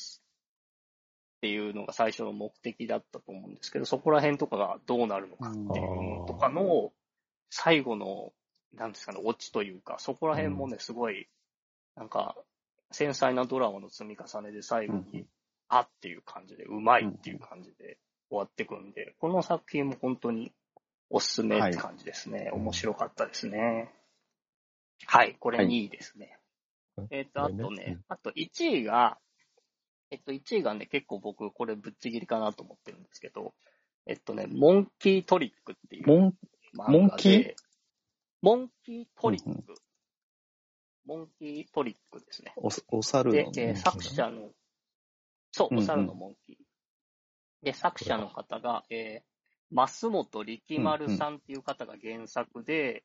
Speaker 3: ていうのが最初の目的だったと思うんですけど、そこら辺とかがどうなるのかっていうのとかの、最後の、なんですかね、オチというか、そこら辺もね、すごい、なんか、繊細なドラマの積み重ねで最後
Speaker 1: うんう
Speaker 3: に、あっていう感じで、うまいっていう感じで終わってくんで、この作品も本当におすすめって感じですね。
Speaker 2: い
Speaker 3: 面白かったですね。はい、これ
Speaker 1: はい
Speaker 3: 2位ですね。えっ、と、
Speaker 2: こ
Speaker 3: あ
Speaker 2: れね
Speaker 3: とね、
Speaker 2: うん
Speaker 3: あと1位が、えっと、1位がね、結構僕、これぶっちぎりかなと思ってるんですけど、えっとね、モンキートリックっていう
Speaker 1: モン、モ
Speaker 3: 漫
Speaker 1: ン
Speaker 3: 画
Speaker 1: キー
Speaker 3: で、モンキートリック、
Speaker 1: うんう
Speaker 3: モンキートリックですね。
Speaker 1: お、お猿
Speaker 3: で
Speaker 1: の、、
Speaker 2: モ
Speaker 3: えー
Speaker 2: ンキーだね
Speaker 3: 作者の、そうう、
Speaker 1: んう
Speaker 3: お
Speaker 1: ん
Speaker 3: 猿のモンキー。で、作者の方が、えー、増本力丸さんっていう方が原作で、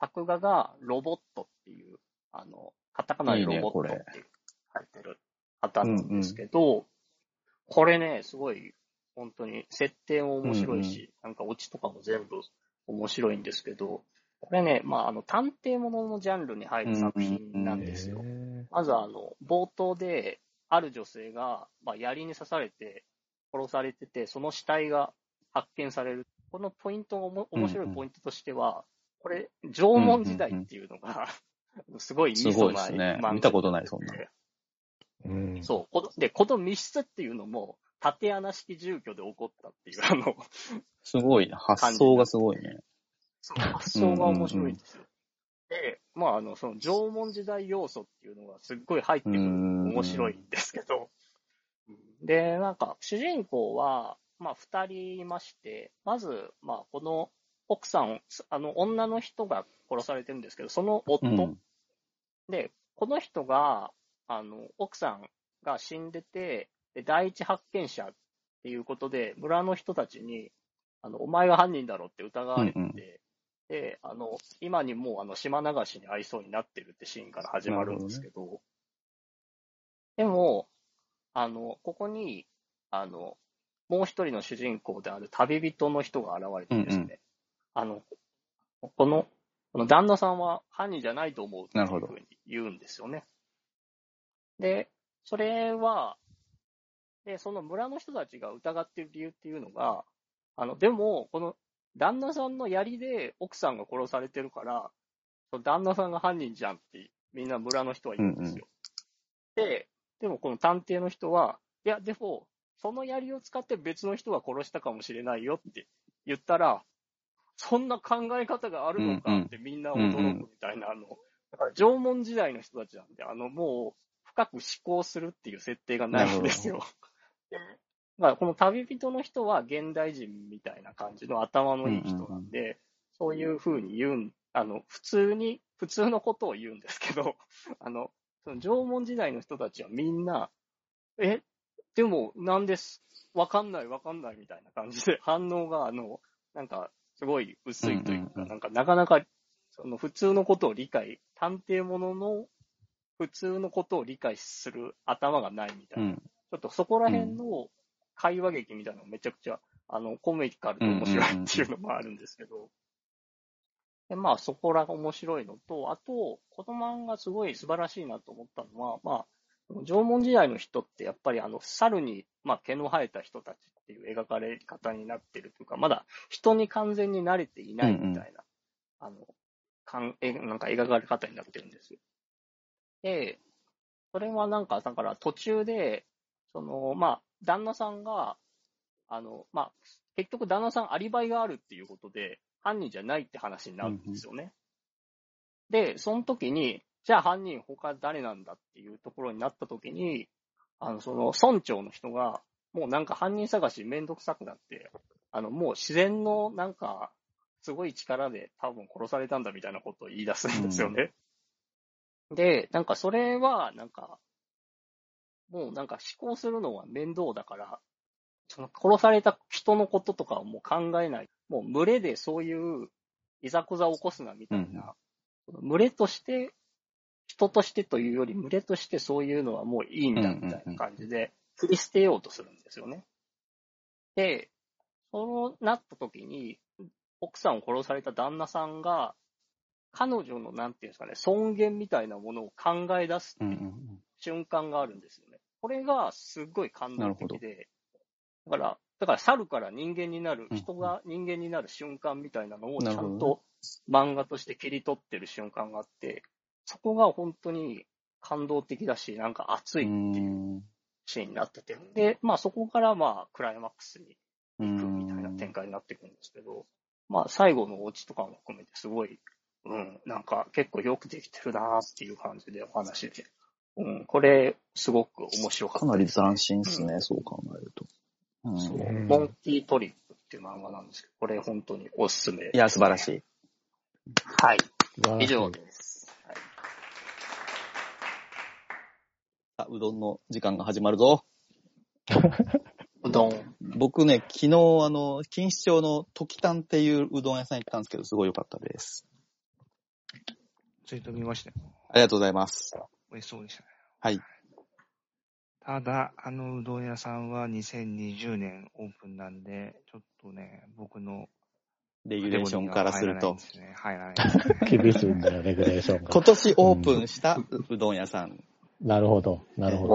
Speaker 3: 作画がロボットっていう、あの、カタカナでロボットって書いてる方なんですけど、これね、すごい、本当に設定も面白いし、なんかオチとかも全部面白いんですけど、これね、まあ、あの、探偵もののジャンルに入る作品なんですよ。
Speaker 2: へー
Speaker 3: まずあの、冒頭で、ある女性が、まあ、槍に刺されて、殺されてて、その死体が発見される。このポイントがおも、面白いポイントとしては、これ、縄文時代っていうのが、すごいミ
Speaker 1: す
Speaker 3: ソ
Speaker 1: ごいで
Speaker 3: な
Speaker 1: すね
Speaker 3: 漫画
Speaker 1: 見たことないそんな
Speaker 2: うん。
Speaker 3: そうこの。で、この密室っていうのも、縦穴式住居で起こったっていう、あの、
Speaker 1: すごいな。発想がすごいね。
Speaker 3: その発想が面白いんですよ。で、まあ、あの、その縄文時代要素っていうのがすっごい入ってくる。
Speaker 1: うん
Speaker 3: 面白いんですけど。で、なんか、主人公は、まあ、二人いまして、まず、まあ、この奥さんを、あの、女の人が殺されてるんですけど、その夫、
Speaker 1: うん
Speaker 3: で、この人が、あの、奥さんが死んでて、で第一発見者っていうことで、村の人たちに、あの、お前が犯人だろって疑われてて、
Speaker 1: うんうん
Speaker 3: で、あの、今にもう、あの、島流しに会いそうになってるってシーンから始まるんですけど、でも、あの、ここに、あの、もう一人の主人公である旅人の人が現れてですね、
Speaker 1: うん
Speaker 3: あの、この、この旦那さんは犯人じゃないと思うってい
Speaker 1: な
Speaker 3: う
Speaker 1: るほ
Speaker 3: ふ
Speaker 1: ど
Speaker 3: うに言うんですよね。で、それは、で、その村の人たちが疑ってる理由っていうのが、あの、でも、この旦那さんの槍で奥さんが殺されてるから、その旦那さんが犯人じゃんって、みんな村の人は言うんですよ。で、でもこの探偵の人は、いや、でも、その槍を使って別の人が殺したかもしれないよって言ったら、そんな考え方があるのかってみんな驚くみたいな、あの、だから縄文時代の人たちなんで、あの、もう、深く思考するっていう設定がないんですよ。で [laughs] まあ、この旅人の人は現代人みたいな感じの頭のいい人なんで、そういうふうに言うん、あの、普通に、普通のことを言うんですけど、 [laughs] あの、その縄文時代の人たちはみんな、え、でも、なんです、わかんないわかんないみたいな感じで、 [laughs] 反応が、あの、なんか、すごい薄いというか、
Speaker 1: うんうんうん
Speaker 3: なんか、なかなか、その、普通のことを理解、探偵ものの、普通のことを理解する頭がないみたいな
Speaker 1: う。ん。
Speaker 3: ちょっとそこら辺の会話劇みたいなのがめちゃくちゃ、あの、コメディカルで面白いっていうのもあるんですけど。で、まあそこらが面白いのと、あと、この漫画すごい素晴らしいなと思ったのは、まあ、縄文時代の人ってやっぱりあの、猿に、まあ、毛の生えた人たちっていう描かれ方になってるというか、まだ人に完全に慣れていないみたいな、あの、かんえなんか描かれ方になってるんですよ。で、それはなんか、だから途中で、その、まあ、旦那さんが、あの、まあ、結局旦那さんアリバイがあるっていうことで、犯人じゃないって話になるんですよね。で、その時に、じゃあ犯人他誰なんだっていうところになった時に、あの、その村長の人が、もうなんか犯人探しめんどくさくなって、あの、もう自然のなんか、すごい力で多分殺されたんだみたいなことを言い出すんですよね。で、なんかそれは、なんか、もうなんか思考するのは面倒だから、その殺された人のこととかはもう考えない。もう群れでそういういざこざを起こすなみたいな、群れとして、人としてというより群れとしてそういうのはもういいんだみたいな感じで、切り捨てようとするんですよね。で、そうなった時に、奥さんを殺された旦那さんが、彼女のなんていうんですかね、尊厳みたいなものを考え出す
Speaker 1: う
Speaker 3: っ
Speaker 1: ん
Speaker 3: ていう瞬間があるんですよね。これがすごい感動的で、だから、だから猿から人間になる
Speaker 1: う、ん
Speaker 3: 人が人間になる瞬間みたいなのをち
Speaker 1: な
Speaker 3: ゃ
Speaker 1: るほど
Speaker 3: ん
Speaker 1: ね
Speaker 3: と漫画として切り取ってる瞬間があって、そこが本当に感動的だし、なんか熱いっていうシーンになってて、で、まあそこからまあクライマックスに行くみたいな展開になってくるんですけど、まあ最後のオチとかも含めてすごい、うん、なんか結構よくできてるなっていう感じでお話で。うん、これ、すごく面白か
Speaker 1: か
Speaker 3: っ
Speaker 1: な
Speaker 3: た
Speaker 1: り
Speaker 3: です。
Speaker 1: 斬新ですね、そう考えると。うん
Speaker 3: そう、
Speaker 2: うん
Speaker 3: モンキートリップっていう漫画なんですけど、これ本当におすすめ。
Speaker 1: いや、素晴らしい。
Speaker 3: はい、
Speaker 2: 素晴らしい
Speaker 3: 以上です。はい
Speaker 1: あ、うどんの時間が始まるぞ。
Speaker 3: うどん。
Speaker 1: 僕ね、昨日、あの、錦糸町の時丹っていううどん屋さん行ったんですけど、すごい良かったです。
Speaker 4: ツイート見ましたよ。
Speaker 1: ありがとうございます。
Speaker 4: 美味しそうでしたね。
Speaker 1: はい。
Speaker 4: ただ、あのうどん屋さんは2020年オープンなんで、ちょっとね、僕の
Speaker 1: レ
Speaker 4: レ
Speaker 1: ギュレーションからすると。
Speaker 4: 入らないですね。入
Speaker 1: [laughs]
Speaker 4: らないですね。
Speaker 2: 厳しいんだよ、レギュレーションが
Speaker 1: 今。年オープンしたうどん屋さん。
Speaker 2: なるほど、なるほ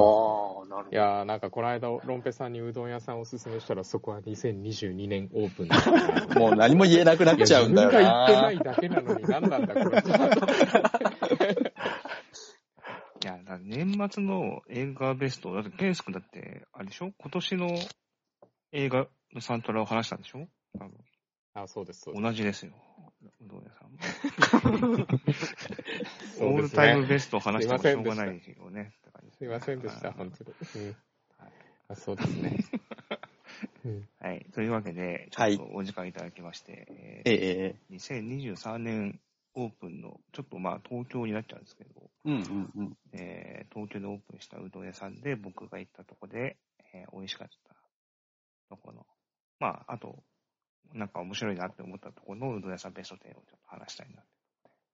Speaker 2: ど。
Speaker 3: わー、なるほ
Speaker 5: い
Speaker 3: ど。
Speaker 5: やー、なんかこの間、ロンペさんにうどん屋さんおすすめしたら、そこは2022年オープンだった。
Speaker 1: もう何も言えなくなっちゃうんだよ
Speaker 5: いや自分が
Speaker 1: な。
Speaker 5: 言ってないだけなのに何なんだ、これ。
Speaker 1: [laughs]
Speaker 4: いや、だから年末の映画ベスト、だってケンス君だって、あれでしょ今年の映画のサントラを話したんでしょ多
Speaker 5: あ、そうです、そう
Speaker 4: 分
Speaker 5: で
Speaker 4: 同じですよ。うどん屋さんも。
Speaker 5: す。
Speaker 4: オールタイムベストを話してもしょうがないですよね。
Speaker 5: すいませんでした、本当に。うん
Speaker 4: はい
Speaker 5: あそうですね。うん
Speaker 4: はい。というわけで、ちょ
Speaker 1: はい
Speaker 4: っとお時間いただきまして、えー
Speaker 1: ええ
Speaker 4: 2023年オープンの、ちょっとまあ東京になっちゃうんですけど、
Speaker 1: うんうんうん。
Speaker 4: えー東京でオープンしたうどん屋さんで僕が行ったとこで、えー美味しかったとこの、まあ、あと、なんか面白いなって思ったところのうどん屋さんベスト10をちょっと話したいな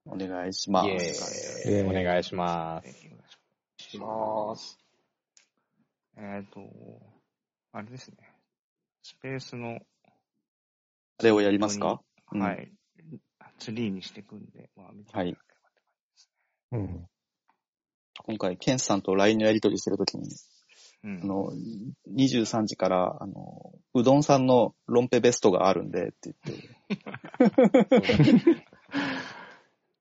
Speaker 1: お願いしま
Speaker 5: イエ
Speaker 1: す。
Speaker 5: ーイ
Speaker 2: えー
Speaker 5: お願いします。
Speaker 4: えーお願いし
Speaker 3: します。
Speaker 4: ますえっ、と、あれですね。スペースの、
Speaker 1: あれをやりますかうん
Speaker 4: はい。ツリーにしていくんで、まあ、見ていただければって感じです
Speaker 2: うん。
Speaker 1: 今回、ケンさんと LINE のやり取りしてるときに、
Speaker 4: ね。うん
Speaker 1: あの、23時から、あの、うどんさんのロンペベストがあるんでって言って、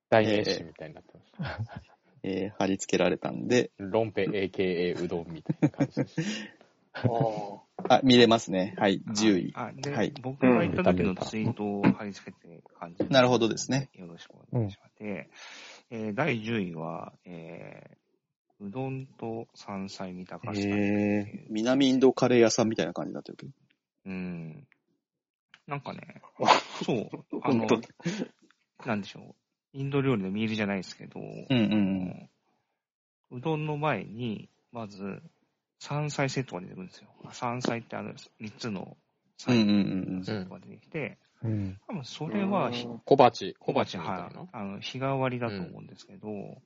Speaker 5: 代名詞みたいになってます。
Speaker 1: えー貼り付けられたんで、
Speaker 5: ロンペ AKA うどんみたいな感じ
Speaker 1: [laughs]
Speaker 5: です。
Speaker 3: あー
Speaker 1: あ、見れますね。はい、10位。
Speaker 4: あ、で、
Speaker 1: はい
Speaker 4: 僕が行った時のツイートを貼り付けて感じる
Speaker 1: なるほどですね。
Speaker 4: よろしくお願いします。で、えー第10位は、えーうどんと山菜見たかし
Speaker 1: えー南インドカレー屋さんみたいな感じになってるけど。
Speaker 4: うん。なん
Speaker 1: [laughs]
Speaker 4: かね、そう、あ
Speaker 3: 本
Speaker 4: の
Speaker 3: 当、
Speaker 4: なんでしょう。インド料理のミールじゃないですけど、
Speaker 1: うんう
Speaker 4: うんうどんの前に、まず、山菜セットが出てくるんですよ。山菜ってあの、3つ
Speaker 1: う
Speaker 4: の
Speaker 1: ん。
Speaker 4: 菜
Speaker 1: うんうん
Speaker 4: の
Speaker 1: うん
Speaker 4: セットが出てきて、
Speaker 2: うん。
Speaker 4: 多分それは、
Speaker 3: うん
Speaker 5: 小鉢、
Speaker 4: 小
Speaker 5: 小
Speaker 4: 鉢
Speaker 5: 鉢
Speaker 4: み
Speaker 5: み
Speaker 4: た
Speaker 5: た
Speaker 4: い
Speaker 5: い
Speaker 4: な
Speaker 5: な。。
Speaker 4: あの、日替わりだと思うんですけど、
Speaker 1: うん。う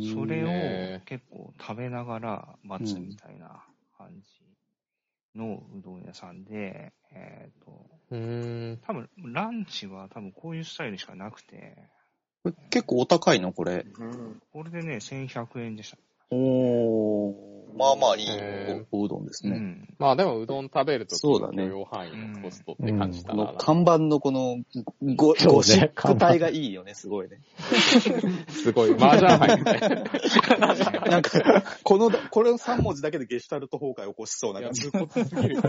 Speaker 1: ーん
Speaker 4: それを
Speaker 5: ね
Speaker 4: 結構食べながら待つみたいな感じのうどん屋さんで、えっ、と、
Speaker 5: うーん。
Speaker 4: 多分ランチは多分こういうスタイルしかなくて、
Speaker 1: これ結構お高いのこれ。
Speaker 3: うん
Speaker 4: これでね、1100円でした。
Speaker 1: おー。まあまあいい
Speaker 5: えー
Speaker 1: おおうどんです
Speaker 4: う
Speaker 1: ね。
Speaker 4: ん。
Speaker 5: まあでもうどん食べると
Speaker 1: そうだね
Speaker 5: 許容範囲のコストって感じ
Speaker 1: こ
Speaker 5: たな。
Speaker 1: の看板のこのご、
Speaker 2: そうね
Speaker 1: ごシック体がいいよね、すごいね。
Speaker 5: すごい、麻雀杯みたいな。
Speaker 1: なんか、この、これの3文字だけでゲシュタルト崩壊起こしそうない
Speaker 5: や、
Speaker 1: 感じ。
Speaker 5: 無骨 [laughs] すぎるよ。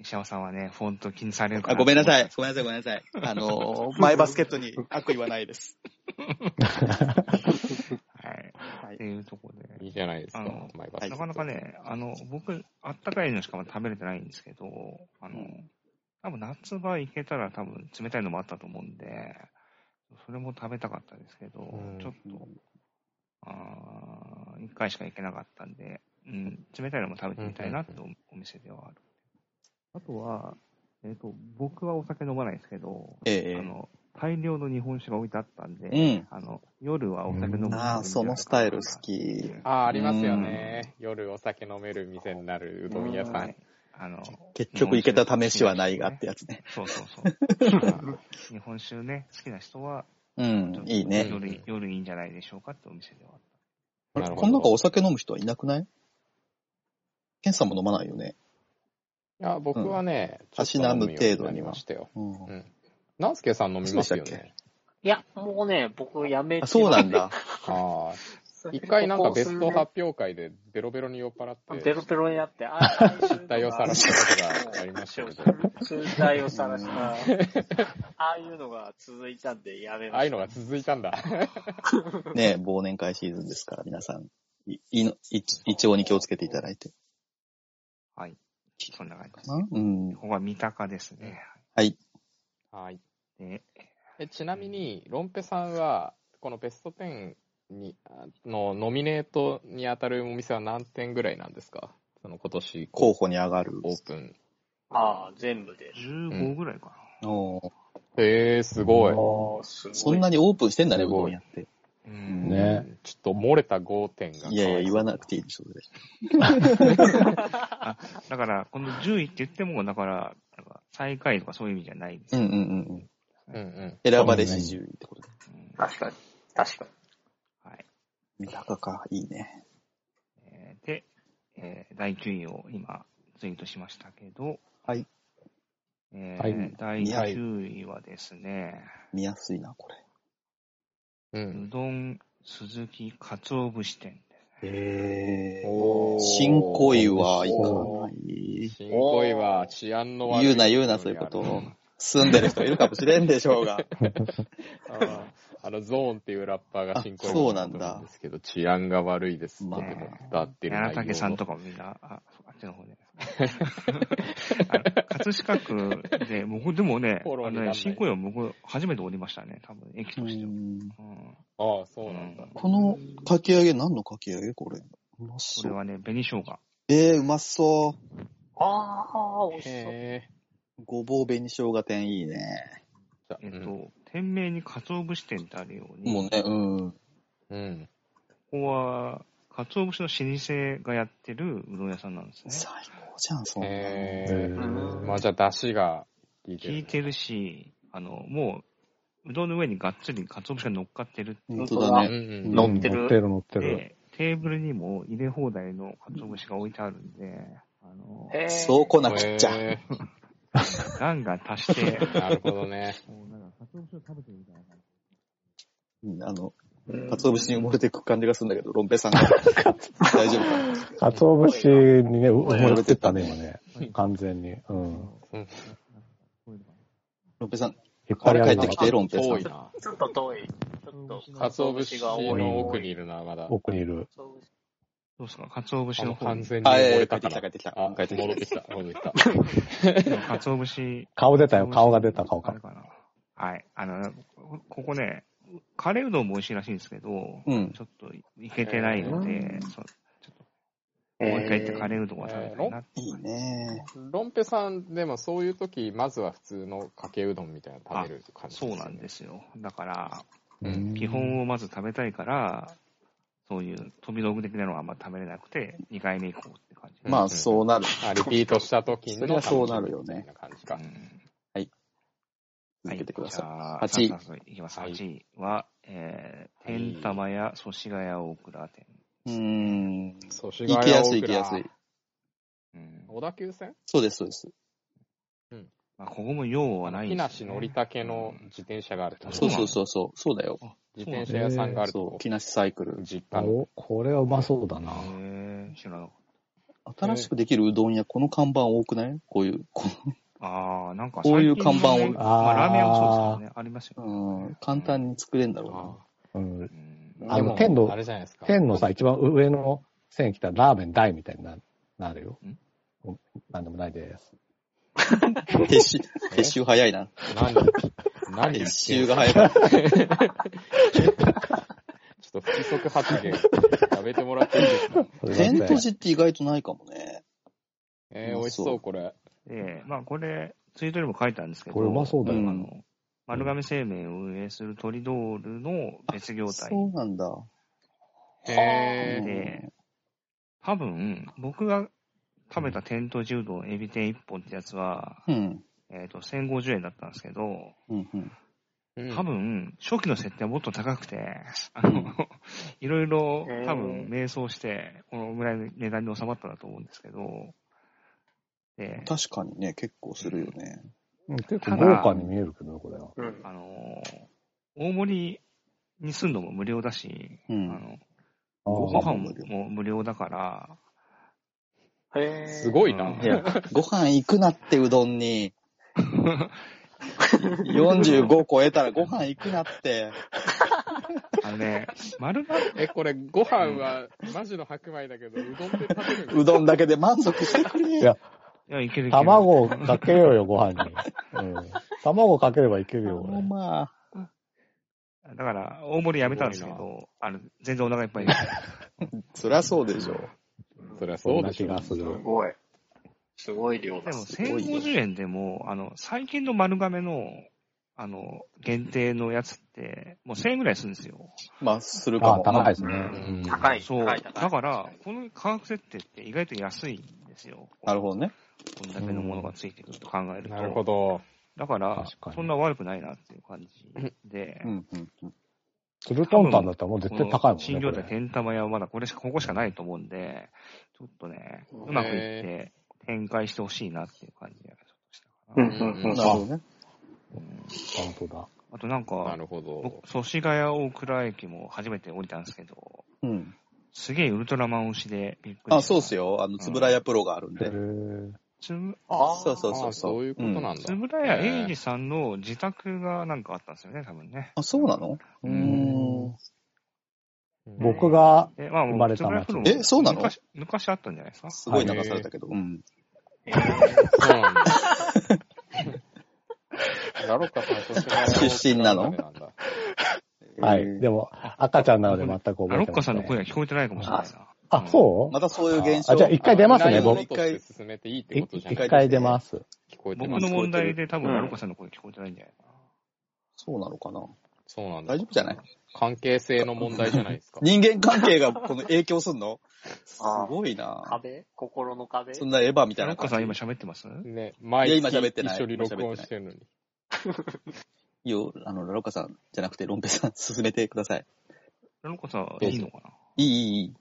Speaker 4: 石山さんはね、フォント気にされるか
Speaker 1: あ
Speaker 4: ら。
Speaker 1: ごめんなさ
Speaker 4: い。
Speaker 1: い。ごめんなさい、ごめんなさい。あのー、マイバスケットに悪意はないです。は
Speaker 4: はい。
Speaker 1: い
Speaker 4: っていうところで。
Speaker 5: いいじゃないです
Speaker 4: あ
Speaker 5: か
Speaker 4: の、
Speaker 5: マイバ
Speaker 1: は
Speaker 5: ス
Speaker 1: い
Speaker 4: なかなかね、あの、僕、あったかいのしか食べれてないんですけど、あの、多分夏場行けたら多分冷たいのもあったと思うんで、それも食べたかったですけど、
Speaker 5: うん
Speaker 4: ちょっと、あー一回しか行けなかったんで、うん、冷たいのも食べてみたいなってお店ではある。あとは、えっ、と、僕はお酒飲まないですけど、
Speaker 1: え
Speaker 4: あの、大量の日本酒が置いてあったんで、
Speaker 1: うん。
Speaker 4: あの、夜はお酒飲むのがいいんじゃないかな。
Speaker 1: ああ、そのスタイル好き。
Speaker 5: ああ、ありますよね。夜お酒飲める店になるうどん屋さ
Speaker 4: は
Speaker 5: ん
Speaker 4: い。。あの、
Speaker 1: 結局行けた試しはないがってやつね。
Speaker 4: そうそうそう。日本酒ね、好きな人は、
Speaker 1: うん、いいね。
Speaker 4: 夜、夜いいんじゃないでしょうかってお店では。
Speaker 1: あれ
Speaker 5: なるほ
Speaker 1: こ
Speaker 5: ど
Speaker 1: の中お酒飲む人はいなくないケンさんも飲まないよね。
Speaker 5: いや、僕はね、
Speaker 1: うん
Speaker 5: ちょっと飲むようになりましたよ。
Speaker 1: うん。
Speaker 5: うん。ナンスケさん飲みます
Speaker 1: そ
Speaker 5: よ
Speaker 1: うでした
Speaker 5: ね。
Speaker 3: いや、もうね、僕やめて
Speaker 1: あ、そうなんだ。
Speaker 5: ああ。一回なんかベスト発表会でベロベロに酔っ払
Speaker 3: あ
Speaker 5: って
Speaker 3: ベ、ロベロにな
Speaker 5: [laughs]
Speaker 3: って、あ、失
Speaker 5: 失態をさらしたことがありました
Speaker 3: [laughs]
Speaker 5: けど、
Speaker 3: 失態をさらした。ああいうのが続いたんでやめ
Speaker 5: あ
Speaker 3: ま
Speaker 5: あい
Speaker 3: し
Speaker 5: うのが続いたんだ。
Speaker 1: [laughs] ね忘年会シーズンですから、皆さん、い、いの、い、胃腸に気をつけていただいて。
Speaker 4: はい。そんな感じです。
Speaker 1: なうん。
Speaker 4: ここは三鷹ですね。
Speaker 5: はい。
Speaker 4: で、
Speaker 5: えちなみに、ロンペさんは、このベスト10にあのノミネートに当たるお店は何点ぐらいなんですかその今年
Speaker 1: 候補に上がる。
Speaker 5: オープン。
Speaker 3: た。ああ、全部で。
Speaker 4: 15ぐらいか
Speaker 1: おー
Speaker 5: えー、すご
Speaker 3: あ
Speaker 5: い。
Speaker 3: あ、すごい。
Speaker 1: そんなにオープンしてんだね、
Speaker 5: す
Speaker 1: う
Speaker 5: ごい
Speaker 1: どんやって。
Speaker 4: な。
Speaker 5: うん
Speaker 2: ね
Speaker 5: ちょっと漏れた5点が。
Speaker 1: いやいや、言わなくていいでしょ、それ。
Speaker 4: だから、この10位って言っても、だから、なんか最下位とかそういう意味じゃないです。
Speaker 1: うんうんうんうん。
Speaker 5: うんうん。
Speaker 1: 選ばれし10位ってことで。
Speaker 4: うん
Speaker 3: 確かに。確かに。
Speaker 4: はい。
Speaker 1: 三鷹か、いいね。
Speaker 4: えーで、えー第9位を今、ツイートしましたけど、
Speaker 1: はい。
Speaker 4: えー
Speaker 2: はい
Speaker 4: 第9位はですね、
Speaker 1: 見やすいな、これ。
Speaker 5: う。
Speaker 4: うんどん鈴木かつお節店
Speaker 1: へ
Speaker 5: おー
Speaker 1: 新恋はいか
Speaker 5: お
Speaker 1: ない。
Speaker 5: 新恋は治安の悪い。
Speaker 1: 言うな言うなそういうこと
Speaker 5: うん
Speaker 1: 住んでる人いるかもしれんでしょうが。
Speaker 5: ああの、ゾーンっていうラッパーが進行
Speaker 1: あそうなんだ
Speaker 5: んですけど、治安が悪いです。
Speaker 1: まあ
Speaker 5: とても伝わってる
Speaker 4: 柳
Speaker 5: 内
Speaker 4: 竹さん
Speaker 5: 容
Speaker 4: と
Speaker 5: の。
Speaker 4: かもみんな、あ、あっちの方で。 [laughs] あの葛飾区で、僕、でもね、
Speaker 5: フォロー
Speaker 4: あ
Speaker 5: に
Speaker 4: の
Speaker 5: な
Speaker 4: ね、
Speaker 5: らない
Speaker 4: 新公園は僕、初めて降りましたね、多分、駅としては。うん
Speaker 5: ああ、そうなんだ。
Speaker 1: このかき揚げ、何のかき揚げこれ。うま
Speaker 4: こ
Speaker 1: そ
Speaker 4: れ
Speaker 1: う。
Speaker 4: はね、紅生姜。
Speaker 1: えー、うまそ
Speaker 3: ああ、美味しそう。
Speaker 5: へえ。
Speaker 1: う。ごぼう紅生姜店いいね。
Speaker 5: じゃ
Speaker 4: えっと、
Speaker 5: うん
Speaker 4: 店名に鰹節店ってあるように、
Speaker 1: もうね、うん。
Speaker 5: うん。
Speaker 4: ここは、鰹節の老舗がやってるうどん屋さんなんです
Speaker 1: 最
Speaker 4: ね。
Speaker 1: 高じゃん、そんなの。
Speaker 5: へ
Speaker 2: う
Speaker 5: え。
Speaker 2: ん
Speaker 5: まあじゃあ、出汁が効いてる。
Speaker 4: 効いてるし、あの、もう、うどんの上にがっつり鰹節が乗っかってるっていう
Speaker 1: 本当だね。
Speaker 5: うんうん。
Speaker 1: 乗
Speaker 3: ってる
Speaker 2: 乗ってる、乗ってる。
Speaker 4: で、テーブルにも入れ放題の鰹節が置いてあるんで、あの、
Speaker 3: へー
Speaker 1: そうこなくっちゃ。
Speaker 5: へ
Speaker 4: ガンガン足して、
Speaker 5: えなるほどね。
Speaker 4: もうなんか、鰹節を食べてるみたいな感じ。
Speaker 1: うんあの、
Speaker 3: うん
Speaker 1: 鰹節に埋もれていく感じがするんだけど、ロンペイさんが。大丈夫かな
Speaker 2: かつお節にね、う
Speaker 3: これ
Speaker 2: 埋もれてったね、今ね。完全に。うん。
Speaker 5: うん
Speaker 1: ロンペイさん、
Speaker 2: 引っ
Speaker 1: あ
Speaker 2: 張り
Speaker 1: れ [laughs] 帰っ
Speaker 2: 上げ
Speaker 1: て
Speaker 2: な
Speaker 1: き
Speaker 2: か
Speaker 1: て、
Speaker 2: っ
Speaker 1: ロンペイさ
Speaker 5: 遠い
Speaker 1: ん。
Speaker 5: な。
Speaker 3: ちょっと遠い。ちょっと、
Speaker 5: かつお節の奥にいるのはまだ
Speaker 2: た。。奥にいる。
Speaker 3: 鰹節
Speaker 4: どうですか鰹節
Speaker 5: あ
Speaker 4: の
Speaker 5: の
Speaker 4: 方
Speaker 5: 完
Speaker 4: に。
Speaker 5: 全に
Speaker 1: あ、
Speaker 5: 埋も
Speaker 1: えー、
Speaker 5: れ
Speaker 1: 帰
Speaker 5: た
Speaker 1: って
Speaker 5: か
Speaker 1: きた、帰
Speaker 5: ら
Speaker 1: っ。てきた。
Speaker 5: あ
Speaker 1: 帰っ、てきた
Speaker 5: 戻って。きた、戻ってきた。
Speaker 4: 鰹節。
Speaker 2: 顔出たよ、顔が出た、顔
Speaker 4: あ
Speaker 2: が
Speaker 4: れ。かなはい。あの、こここね、カレーうどんも美味しいらしいんですけど、
Speaker 1: うん
Speaker 4: ちょっといけてないので、そうちょっと、もう一回行ってカレーうどんを食べたいなって。
Speaker 1: いいね。
Speaker 5: ロンペさん、でもそういう時、まずは普通のかけうどんみたいなの食べる感じ、
Speaker 4: そうなんですすよ。だから、
Speaker 5: うん
Speaker 4: 基本をまず食べたいから、そういう飛び道具的なのはあんま食べれなくて、2回目行こうって感じ。
Speaker 5: うん
Speaker 1: まあ、そうなる。
Speaker 5: ね。あリピートした時
Speaker 1: そり
Speaker 5: の
Speaker 1: ゃそうなるよね
Speaker 5: 楽しみみたいな感じか。
Speaker 1: 続けてください。
Speaker 4: はい、
Speaker 1: 八位
Speaker 4: じゃあ、8位。いきます。
Speaker 5: はい
Speaker 4: 8位は、えー、
Speaker 5: はい
Speaker 4: 天玉屋、祖師ヶ谷大倉店。
Speaker 1: うーん。
Speaker 5: そう、行
Speaker 1: 行きやすい、行きやすい。。
Speaker 4: うん
Speaker 5: 小田急線
Speaker 1: そうです、そうです。
Speaker 4: まあ、ここも用はないん
Speaker 5: 木
Speaker 4: です
Speaker 5: 梨
Speaker 4: よ
Speaker 5: の
Speaker 4: ね
Speaker 5: りたけの自転車があるとこ
Speaker 1: そうそうそうそう。そうだよ。
Speaker 5: 自転車屋さんがあると
Speaker 1: そう、
Speaker 5: こ
Speaker 1: 木梨サイクル。
Speaker 5: 実家の。
Speaker 2: お、これはうまそうだな。
Speaker 4: へえ、知らなかっ
Speaker 1: 新しくできるうどん屋、この看板多くないこういう、こ
Speaker 4: た。ああ、なんか
Speaker 1: こういう
Speaker 4: 最近のね
Speaker 1: 看板
Speaker 2: を
Speaker 4: まあ、ラーメン屋もそうですから
Speaker 2: あ
Speaker 4: ね。ありますよ
Speaker 1: う
Speaker 4: ね。
Speaker 1: うん、簡単に作れんだろ
Speaker 5: あ
Speaker 2: うん。
Speaker 4: うん
Speaker 5: あ
Speaker 2: あ
Speaker 5: で
Speaker 2: の
Speaker 5: も
Speaker 2: 天の
Speaker 5: あれじゃないですか。
Speaker 2: 天のさ、一番上の線来たらラーメン大みたいにななるよ
Speaker 4: ん。
Speaker 2: うんなんでもないです。
Speaker 1: うな。撤収、撤収早いな。
Speaker 5: 何何
Speaker 1: 撤
Speaker 5: 言ってん
Speaker 1: 収
Speaker 5: の
Speaker 1: が早かった。
Speaker 5: ちょっと不規則発言やめてもらっていいですか
Speaker 2: それだって
Speaker 1: 天とじって意外とないかもね。
Speaker 5: えー、美味しそう、これ。
Speaker 4: で、まあ、これ、ツイートにも書いたんですけど、
Speaker 2: これうまそうだ
Speaker 1: よ
Speaker 4: んあの、丸亀製麺を運営するトリドールの別業態
Speaker 1: そうなんだ。
Speaker 5: へー。
Speaker 4: で、多分、僕が食べた天と柔道エビ天1本ってやつは、
Speaker 1: うん。
Speaker 4: えっ、と、1050円だったんですけど、
Speaker 1: うん、うん。
Speaker 5: うん
Speaker 4: 多分、初期の設定はもっと高くて、あの、 [laughs] いろいろ
Speaker 3: へー
Speaker 4: 多分迷走して、このぐらいの値段に収まったんだと思うんですけど、で、
Speaker 1: 確かにね、結構するよね。
Speaker 2: うん結構豪華に見えるけどね、これは。
Speaker 3: うん。
Speaker 4: あの、大盛りに住んのも無料だし、
Speaker 1: う
Speaker 4: あ
Speaker 1: ん。
Speaker 4: の、
Speaker 1: ご
Speaker 4: ご飯
Speaker 1: 飯も無料
Speaker 4: も無料だから、
Speaker 3: へ
Speaker 5: す
Speaker 3: い。
Speaker 5: ごいな。
Speaker 4: うん
Speaker 1: いや、ご飯行くなってうどんに。45超えたらご飯行くなって。
Speaker 4: あのね、丸亀
Speaker 5: え、これ、ご飯は、マジの白米だけど、うどんで食べるんですか
Speaker 1: うどんだけで満足してくれ。
Speaker 2: いや
Speaker 4: いや、いけるいける。
Speaker 2: 卵をかけようよ、ご飯に。うん卵かければいけるよ、
Speaker 1: もう
Speaker 2: 俺。
Speaker 1: まあ、
Speaker 4: だから、大盛りやめたんですけ
Speaker 5: すご
Speaker 4: ど、あの、全然お腹いっぱいです。
Speaker 1: そりゃそうでしょ。
Speaker 5: そりゃ
Speaker 2: そ
Speaker 5: そ
Speaker 2: ん
Speaker 5: う
Speaker 2: な
Speaker 5: でし
Speaker 2: 気
Speaker 5: ょ。
Speaker 2: がする
Speaker 3: す。ごい。すごい量
Speaker 4: で
Speaker 3: だ。
Speaker 4: も、1050円でも、あの、最近の丸亀の、あの、限定のやつって、もう1000円ぐらいするんですよ。
Speaker 1: まあ、するか
Speaker 2: あ、
Speaker 1: も。
Speaker 2: 高いです
Speaker 3: う
Speaker 2: ね。
Speaker 5: ん
Speaker 3: 高い。
Speaker 4: そう。
Speaker 3: 高い
Speaker 4: だから、この価格設定って意外と安いんですよ。
Speaker 1: なるほどね。
Speaker 4: こんだけのものがついてくると考えると。
Speaker 5: なるほど。
Speaker 4: だから
Speaker 2: 確か、に
Speaker 4: そんな悪くないなっていう感じで、
Speaker 1: うん、うん、うん。
Speaker 2: ツルトンタンだったらもう絶対高いもんね。
Speaker 4: 新業態
Speaker 2: これ
Speaker 4: 天玉屋はまだこれしか、ここしかないと思うんで、ちょっとね、うまくいって展開してほしいなっていう感じがちょっとしたか
Speaker 3: うん
Speaker 4: な。
Speaker 3: うんうん
Speaker 1: なるほどね。
Speaker 4: うん
Speaker 2: 本当だ。
Speaker 4: あとなん
Speaker 5: な
Speaker 4: か、
Speaker 5: るほど。
Speaker 4: 僕、祖師ヶ谷大倉駅も初めて降りたんですけど、
Speaker 1: うん。
Speaker 4: すげえウルトラマン推しでびっくりした。
Speaker 1: あ、そうっすよ。あの、つぶらやプロがあるん
Speaker 2: へ
Speaker 1: で。
Speaker 2: ー
Speaker 4: つむ、
Speaker 3: あ
Speaker 1: そうそう
Speaker 5: あ
Speaker 1: そ
Speaker 5: あ
Speaker 1: うそう。。
Speaker 5: そういうことなんんだ。
Speaker 4: つぶらや
Speaker 5: へえ
Speaker 4: 英二さんの自宅がなんかあったんですよね、多分ね。
Speaker 1: あ、そうなのうーん。
Speaker 2: 僕が、
Speaker 4: え、まあ
Speaker 2: 生
Speaker 4: も
Speaker 2: ま
Speaker 4: う、
Speaker 2: れ
Speaker 4: つ
Speaker 2: た
Speaker 4: ぶら
Speaker 2: 街
Speaker 4: やフルも
Speaker 1: えそうなの
Speaker 4: 昔昔あったんじゃないですか
Speaker 1: すごい流されたけど。うん。
Speaker 3: え
Speaker 5: そうなんだ。ラロッカさん年が
Speaker 1: 出身なの
Speaker 5: なんだ
Speaker 2: はい。
Speaker 1: えー
Speaker 2: でも、赤ちゃんなので全く覚えてま
Speaker 4: ラ
Speaker 2: せん、
Speaker 4: ロッカさんの声が聞こえてないかもしれないな。
Speaker 2: あ、そう
Speaker 1: またそういう現象。
Speaker 2: あじゃあ一回出ますね
Speaker 5: 内容の
Speaker 1: 一
Speaker 5: として
Speaker 1: 回。
Speaker 5: 進めていいって
Speaker 2: い
Speaker 5: ことじゃない
Speaker 2: 一回出ます。
Speaker 5: 聞こえて
Speaker 4: 僕
Speaker 5: ます
Speaker 4: の。問題で多分
Speaker 3: うん
Speaker 4: ラロッカさんの声聞こえてないんじゃないかな。
Speaker 1: そうなのかな
Speaker 5: そうなんだ
Speaker 1: 大丈。夫じゃない
Speaker 5: 関係性の問題じゃないですか。
Speaker 1: 人間関係がこの影響すんのす
Speaker 3: あー
Speaker 1: ごいな
Speaker 3: 壁心の壁
Speaker 1: そんなエヴァみた
Speaker 4: ラ
Speaker 1: いな
Speaker 4: ロッカさん
Speaker 1: 感
Speaker 4: 今
Speaker 1: じ。
Speaker 4: 喋ってます
Speaker 5: ね、毎
Speaker 1: いや
Speaker 5: 日
Speaker 1: 今喋ってない
Speaker 5: 一緒に録音してるのに。
Speaker 1: いいよ、あの、ラロッカさんじゃなくて、ロンペさん、進めてください。
Speaker 4: ラロッカさんいいのかない
Speaker 1: い、いい、いい。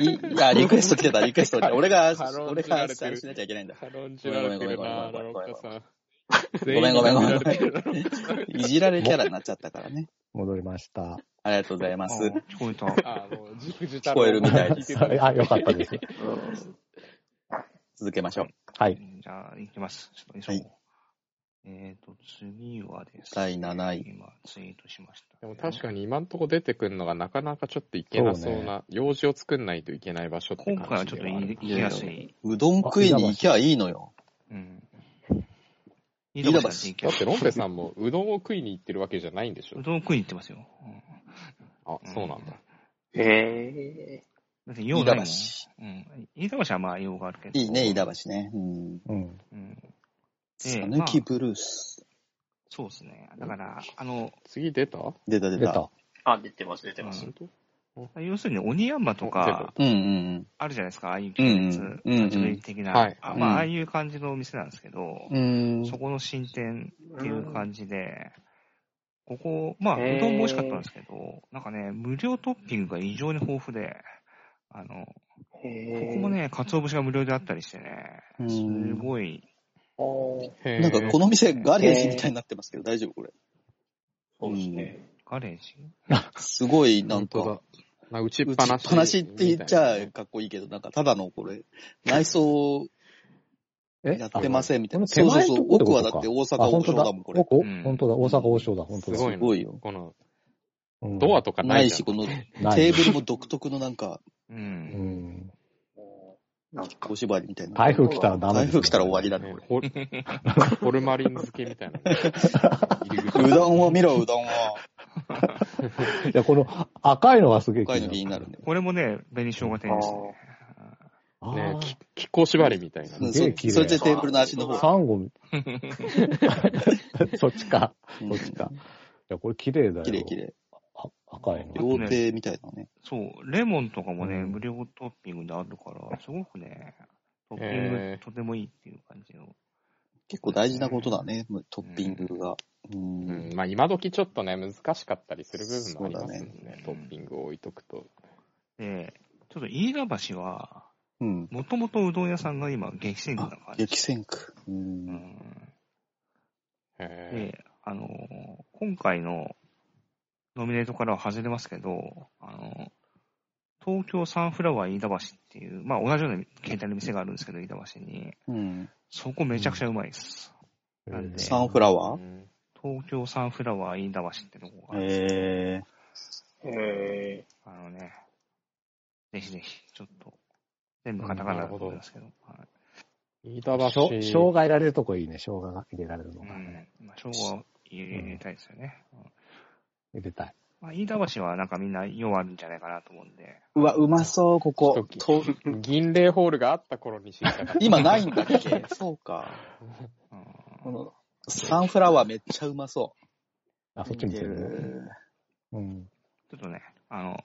Speaker 1: いい、いや、リクエスト来てた、リクエスト来てた。俺が
Speaker 5: 軽んじられて
Speaker 1: 俺が、
Speaker 5: る、
Speaker 1: しなきゃいけないんだ。
Speaker 5: 論じられてるな、
Speaker 1: ご
Speaker 5: ラ
Speaker 1: めんごめん
Speaker 5: ロッ
Speaker 1: ご
Speaker 5: カさん。
Speaker 1: ごめんごめんごめんごめん
Speaker 5: 全員に見られてる
Speaker 1: いじられキャラになっちゃったからね。
Speaker 2: 戻りました。
Speaker 1: ありがとうござい
Speaker 4: あ
Speaker 1: ます。
Speaker 4: ー聞こえた。
Speaker 5: あの、じくじ
Speaker 1: 聞こえるみたいで
Speaker 2: あ、よかったです。
Speaker 1: [laughs] 続けましょう。
Speaker 2: はい。
Speaker 4: じゃあ、行きます。ちょっと急ごう。えっ、と、次はです
Speaker 1: 第7位
Speaker 4: 今、ツイートしました。
Speaker 5: でも確かに今んとこ出てくるのがなかなかちょっといけなそう
Speaker 2: そう
Speaker 5: な、用事を作んないといけない場所って
Speaker 4: 今回は
Speaker 5: 感
Speaker 4: ちょ
Speaker 5: じ
Speaker 4: っ
Speaker 5: で
Speaker 4: と
Speaker 5: はある
Speaker 4: 行きやすい。
Speaker 1: うどん食いに行きゃいいのよ。
Speaker 4: うん。
Speaker 1: 飯田橋
Speaker 4: 飯田
Speaker 5: だ
Speaker 4: 橋
Speaker 5: ってロンペさんもうどんを食いに行ってるわけじゃないんでしょ
Speaker 4: うどん食いに行ってますよ。うん
Speaker 5: あ、そうなんだ。
Speaker 3: え
Speaker 4: だって用
Speaker 1: 飯
Speaker 4: な
Speaker 1: 田
Speaker 4: いも
Speaker 1: 橋
Speaker 4: ん。。うん。飯田橋はまあ用があるけど。
Speaker 1: いいね、飯田橋ね。うん。
Speaker 2: うん。
Speaker 4: うん。
Speaker 1: さ
Speaker 4: で
Speaker 1: ぬきブルース。
Speaker 4: そうですね。だから、あの、
Speaker 5: 次出た本
Speaker 1: 出た出
Speaker 2: 出
Speaker 1: た
Speaker 2: た。。
Speaker 3: あ、出てます、出てます。
Speaker 5: 当
Speaker 4: 要するに鬼ヤンマとか
Speaker 1: うんうん
Speaker 4: あるじゃないですか。ああいう系列、
Speaker 1: うんうんうんうん
Speaker 4: 立ち食い的な。
Speaker 5: はい
Speaker 4: あまあ
Speaker 1: うん、
Speaker 4: ああいう感じのお店なんですけど、
Speaker 1: うん。う
Speaker 4: そ
Speaker 1: ーん。
Speaker 4: この新店っていう感じで、ここ、まあ、
Speaker 3: へー
Speaker 4: うどんも美味しかったんですけど、なんかね、無料トッピングが異常に豊富で、あの、
Speaker 3: こ
Speaker 4: ここも、ね、鰹節が無料であったりしてね、
Speaker 1: うん
Speaker 4: すごい、
Speaker 3: おー
Speaker 5: へ
Speaker 1: なんかこの店ガレージ
Speaker 3: へー
Speaker 1: みたいになってますけど、大丈夫これ。
Speaker 3: そうですね。
Speaker 4: ガレージ
Speaker 1: すごい、なん
Speaker 5: 本
Speaker 1: か、
Speaker 5: 当だな打ちっ
Speaker 1: 打
Speaker 5: ぱ
Speaker 1: ち
Speaker 5: な
Speaker 1: っ
Speaker 5: し。
Speaker 1: ぱなしって言っちゃかっこいいけど、なんかただのこれ、内装
Speaker 2: え
Speaker 1: やってませんみたいな。
Speaker 2: あこ
Speaker 1: そう
Speaker 2: の
Speaker 1: そ
Speaker 2: 手
Speaker 1: う
Speaker 2: 前の
Speaker 1: そう
Speaker 2: と。こ
Speaker 1: 奥は
Speaker 2: ってことか
Speaker 1: だって大阪
Speaker 2: あ、
Speaker 1: 王
Speaker 2: 本当
Speaker 1: 将
Speaker 2: だ。
Speaker 1: だもん、これ。
Speaker 2: 奥
Speaker 4: うん
Speaker 2: 本当だ。大阪王将だ。本当だ。
Speaker 5: すごい
Speaker 1: すごい
Speaker 5: な。
Speaker 1: よ。
Speaker 5: この
Speaker 2: うん
Speaker 5: ドアとかな
Speaker 1: ないい
Speaker 5: じゃ
Speaker 1: し、
Speaker 5: ん。
Speaker 1: この
Speaker 2: ない
Speaker 1: テーブルも独特のなんか、
Speaker 4: う。
Speaker 2: うんん。
Speaker 3: なんか
Speaker 1: お、縛りみたいな。
Speaker 2: 台風来たらダメ
Speaker 1: 台
Speaker 2: ですね
Speaker 1: 風来たら終わりだね
Speaker 5: ね、。ホルホルマリン漬けみたいなね。入り口
Speaker 1: うどんを見ろ、うどんを。
Speaker 2: いや、この赤いのがすげえ
Speaker 1: 深いの気になるね。
Speaker 4: これもね、紅生姜店ですね。
Speaker 2: あー
Speaker 5: ね、き気候縛りみたいな
Speaker 1: う
Speaker 5: ね。
Speaker 1: ん
Speaker 2: す
Speaker 1: そ
Speaker 2: げ
Speaker 1: そ
Speaker 2: え
Speaker 1: っ
Speaker 2: 綺
Speaker 1: ちで
Speaker 2: 麗
Speaker 1: テーブルの足の方。
Speaker 2: サンゴみ
Speaker 4: [laughs]
Speaker 2: そっちか。そっちか。いや、これ綺麗だよ。
Speaker 1: 綺麗綺麗。
Speaker 2: あ赤いの。
Speaker 1: 料亭みたいなね。
Speaker 4: そう、レモンとかもね、
Speaker 2: うん
Speaker 4: 無料トッピングであるから、すごくね、トッピン
Speaker 5: へ
Speaker 4: グ
Speaker 5: ー
Speaker 4: とてもいいっていう感じの。
Speaker 1: 結構大事なことだね、トッピングが。う。
Speaker 5: うんん、まあ今時ちょっとね、難しかったりする部分もありますもん
Speaker 4: そうだ
Speaker 5: ね
Speaker 4: ね。
Speaker 5: トッピングを置いとくと。
Speaker 4: で、ちょっと飯田橋は、
Speaker 1: うん。
Speaker 4: もともとうどん屋さんが今激戦区な
Speaker 1: あ
Speaker 4: 感じ。、
Speaker 1: 激戦区。う。
Speaker 4: うんん。
Speaker 5: へ
Speaker 4: で、あの、今回のノミネートからは外れますけど、あの、東京サンフラワー飯田橋っていう、まあ同じような携帯の店があるんですけど、飯田橋に。
Speaker 1: うん。
Speaker 4: そこめちゃくちゃうまいです。なんで
Speaker 1: サンフラ
Speaker 5: え。う
Speaker 1: ワー
Speaker 5: ん
Speaker 4: 東京サンフラワー飯田橋ってとこがあるんですけど、
Speaker 1: え
Speaker 3: え
Speaker 4: あのね、ぜひぜひ、ちょっと、全部カタカナだと思いますけど、はい
Speaker 5: 飯田
Speaker 2: しょ
Speaker 5: 橋。
Speaker 2: 生姜入れられるとこいいね。生姜が入れられるの
Speaker 4: う
Speaker 2: がね。
Speaker 4: ん。まあ、昭和を入れたいですよね。うん
Speaker 2: 入れたい。
Speaker 4: まあ、飯田橋はなんかみんな用あるんじゃないかなと思うんで、
Speaker 1: ー。うわ、うまそう、ここ。
Speaker 5: 一
Speaker 1: と
Speaker 5: 銀霊ホールがあった頃に知 [laughs] ったから。
Speaker 1: 今ないんだっけそうか。
Speaker 4: うん
Speaker 1: この、サンフラワーめっちゃうまそ
Speaker 2: あ、
Speaker 1: う。
Speaker 2: そっち見てる。
Speaker 1: る。
Speaker 2: うん。
Speaker 4: ちょっとね、あの、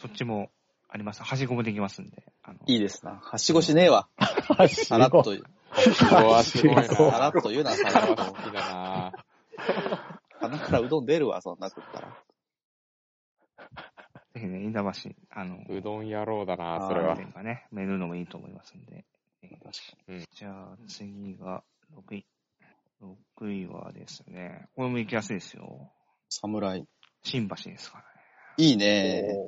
Speaker 4: そっちもあります。はしごもできますんで。あの
Speaker 1: いいですな。はしごしねえわ。さらっと言う。
Speaker 5: うわすごいな。
Speaker 2: す
Speaker 5: す
Speaker 2: ごい
Speaker 5: ごい
Speaker 1: さらっと言うな、さらっと
Speaker 5: 好。きだな。
Speaker 1: 鼻からうどん出るわ、そんな食ったら。
Speaker 4: ぜひね、飯田橋、あの、
Speaker 5: うどん野郎だな、それは。
Speaker 4: 店がね、めるのもいいと思いますんで。
Speaker 1: 確か
Speaker 4: じゃあ、次が6位。6位はですね、これも行きやすいですよ。
Speaker 1: 侍。
Speaker 4: 新橋ですか
Speaker 1: いい
Speaker 3: ー、
Speaker 1: ね。
Speaker 4: らね。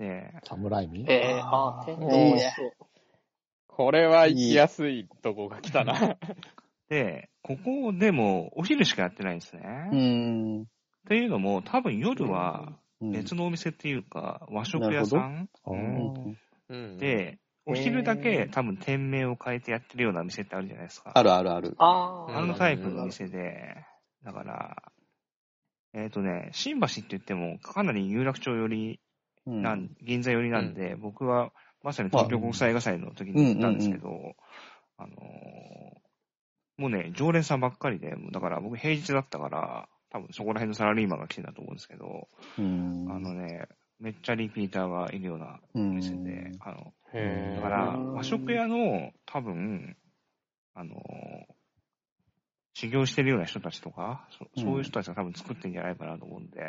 Speaker 4: うん、で、
Speaker 2: 侍味
Speaker 3: えー、あー、天
Speaker 1: いい
Speaker 3: 丼美味
Speaker 1: ね
Speaker 3: しそう。
Speaker 5: これは行きやすいとこが来たな。
Speaker 4: で、ここでもお昼しかやってないんですね。
Speaker 1: う
Speaker 4: っ
Speaker 1: ん。
Speaker 4: ていうのも、多分夜は
Speaker 1: うん
Speaker 4: 別のお店っていうか、和食屋さん
Speaker 1: うん
Speaker 5: うん、
Speaker 4: で、お昼だけ多分店名を変えてやってるような店ってあるじゃないですか。
Speaker 1: あるあるある。
Speaker 3: ああ。
Speaker 4: あのタイプの店で、だから、えっ、とね、新橋って言っても、かなり有楽町寄り
Speaker 1: うん
Speaker 4: なん、銀座寄りなんで、僕はまさに東京国際映画祭の時に行ったんですけど、あのーもうね、常連さんばっかりで、もうだから僕平日だったから、多分そこら辺のサラリーマンが来てたと思うんですけど、
Speaker 1: うん
Speaker 4: あのね、めっちゃリピーターがいるような
Speaker 1: う
Speaker 4: お
Speaker 1: ん
Speaker 4: 店で、あの、
Speaker 5: へ
Speaker 4: だ
Speaker 5: ー
Speaker 4: から、
Speaker 3: うん
Speaker 4: 和食屋の多分、あのー、修行してるような人たちとか、そそういう人たちが多分作ってんじゃないかなと思うんで、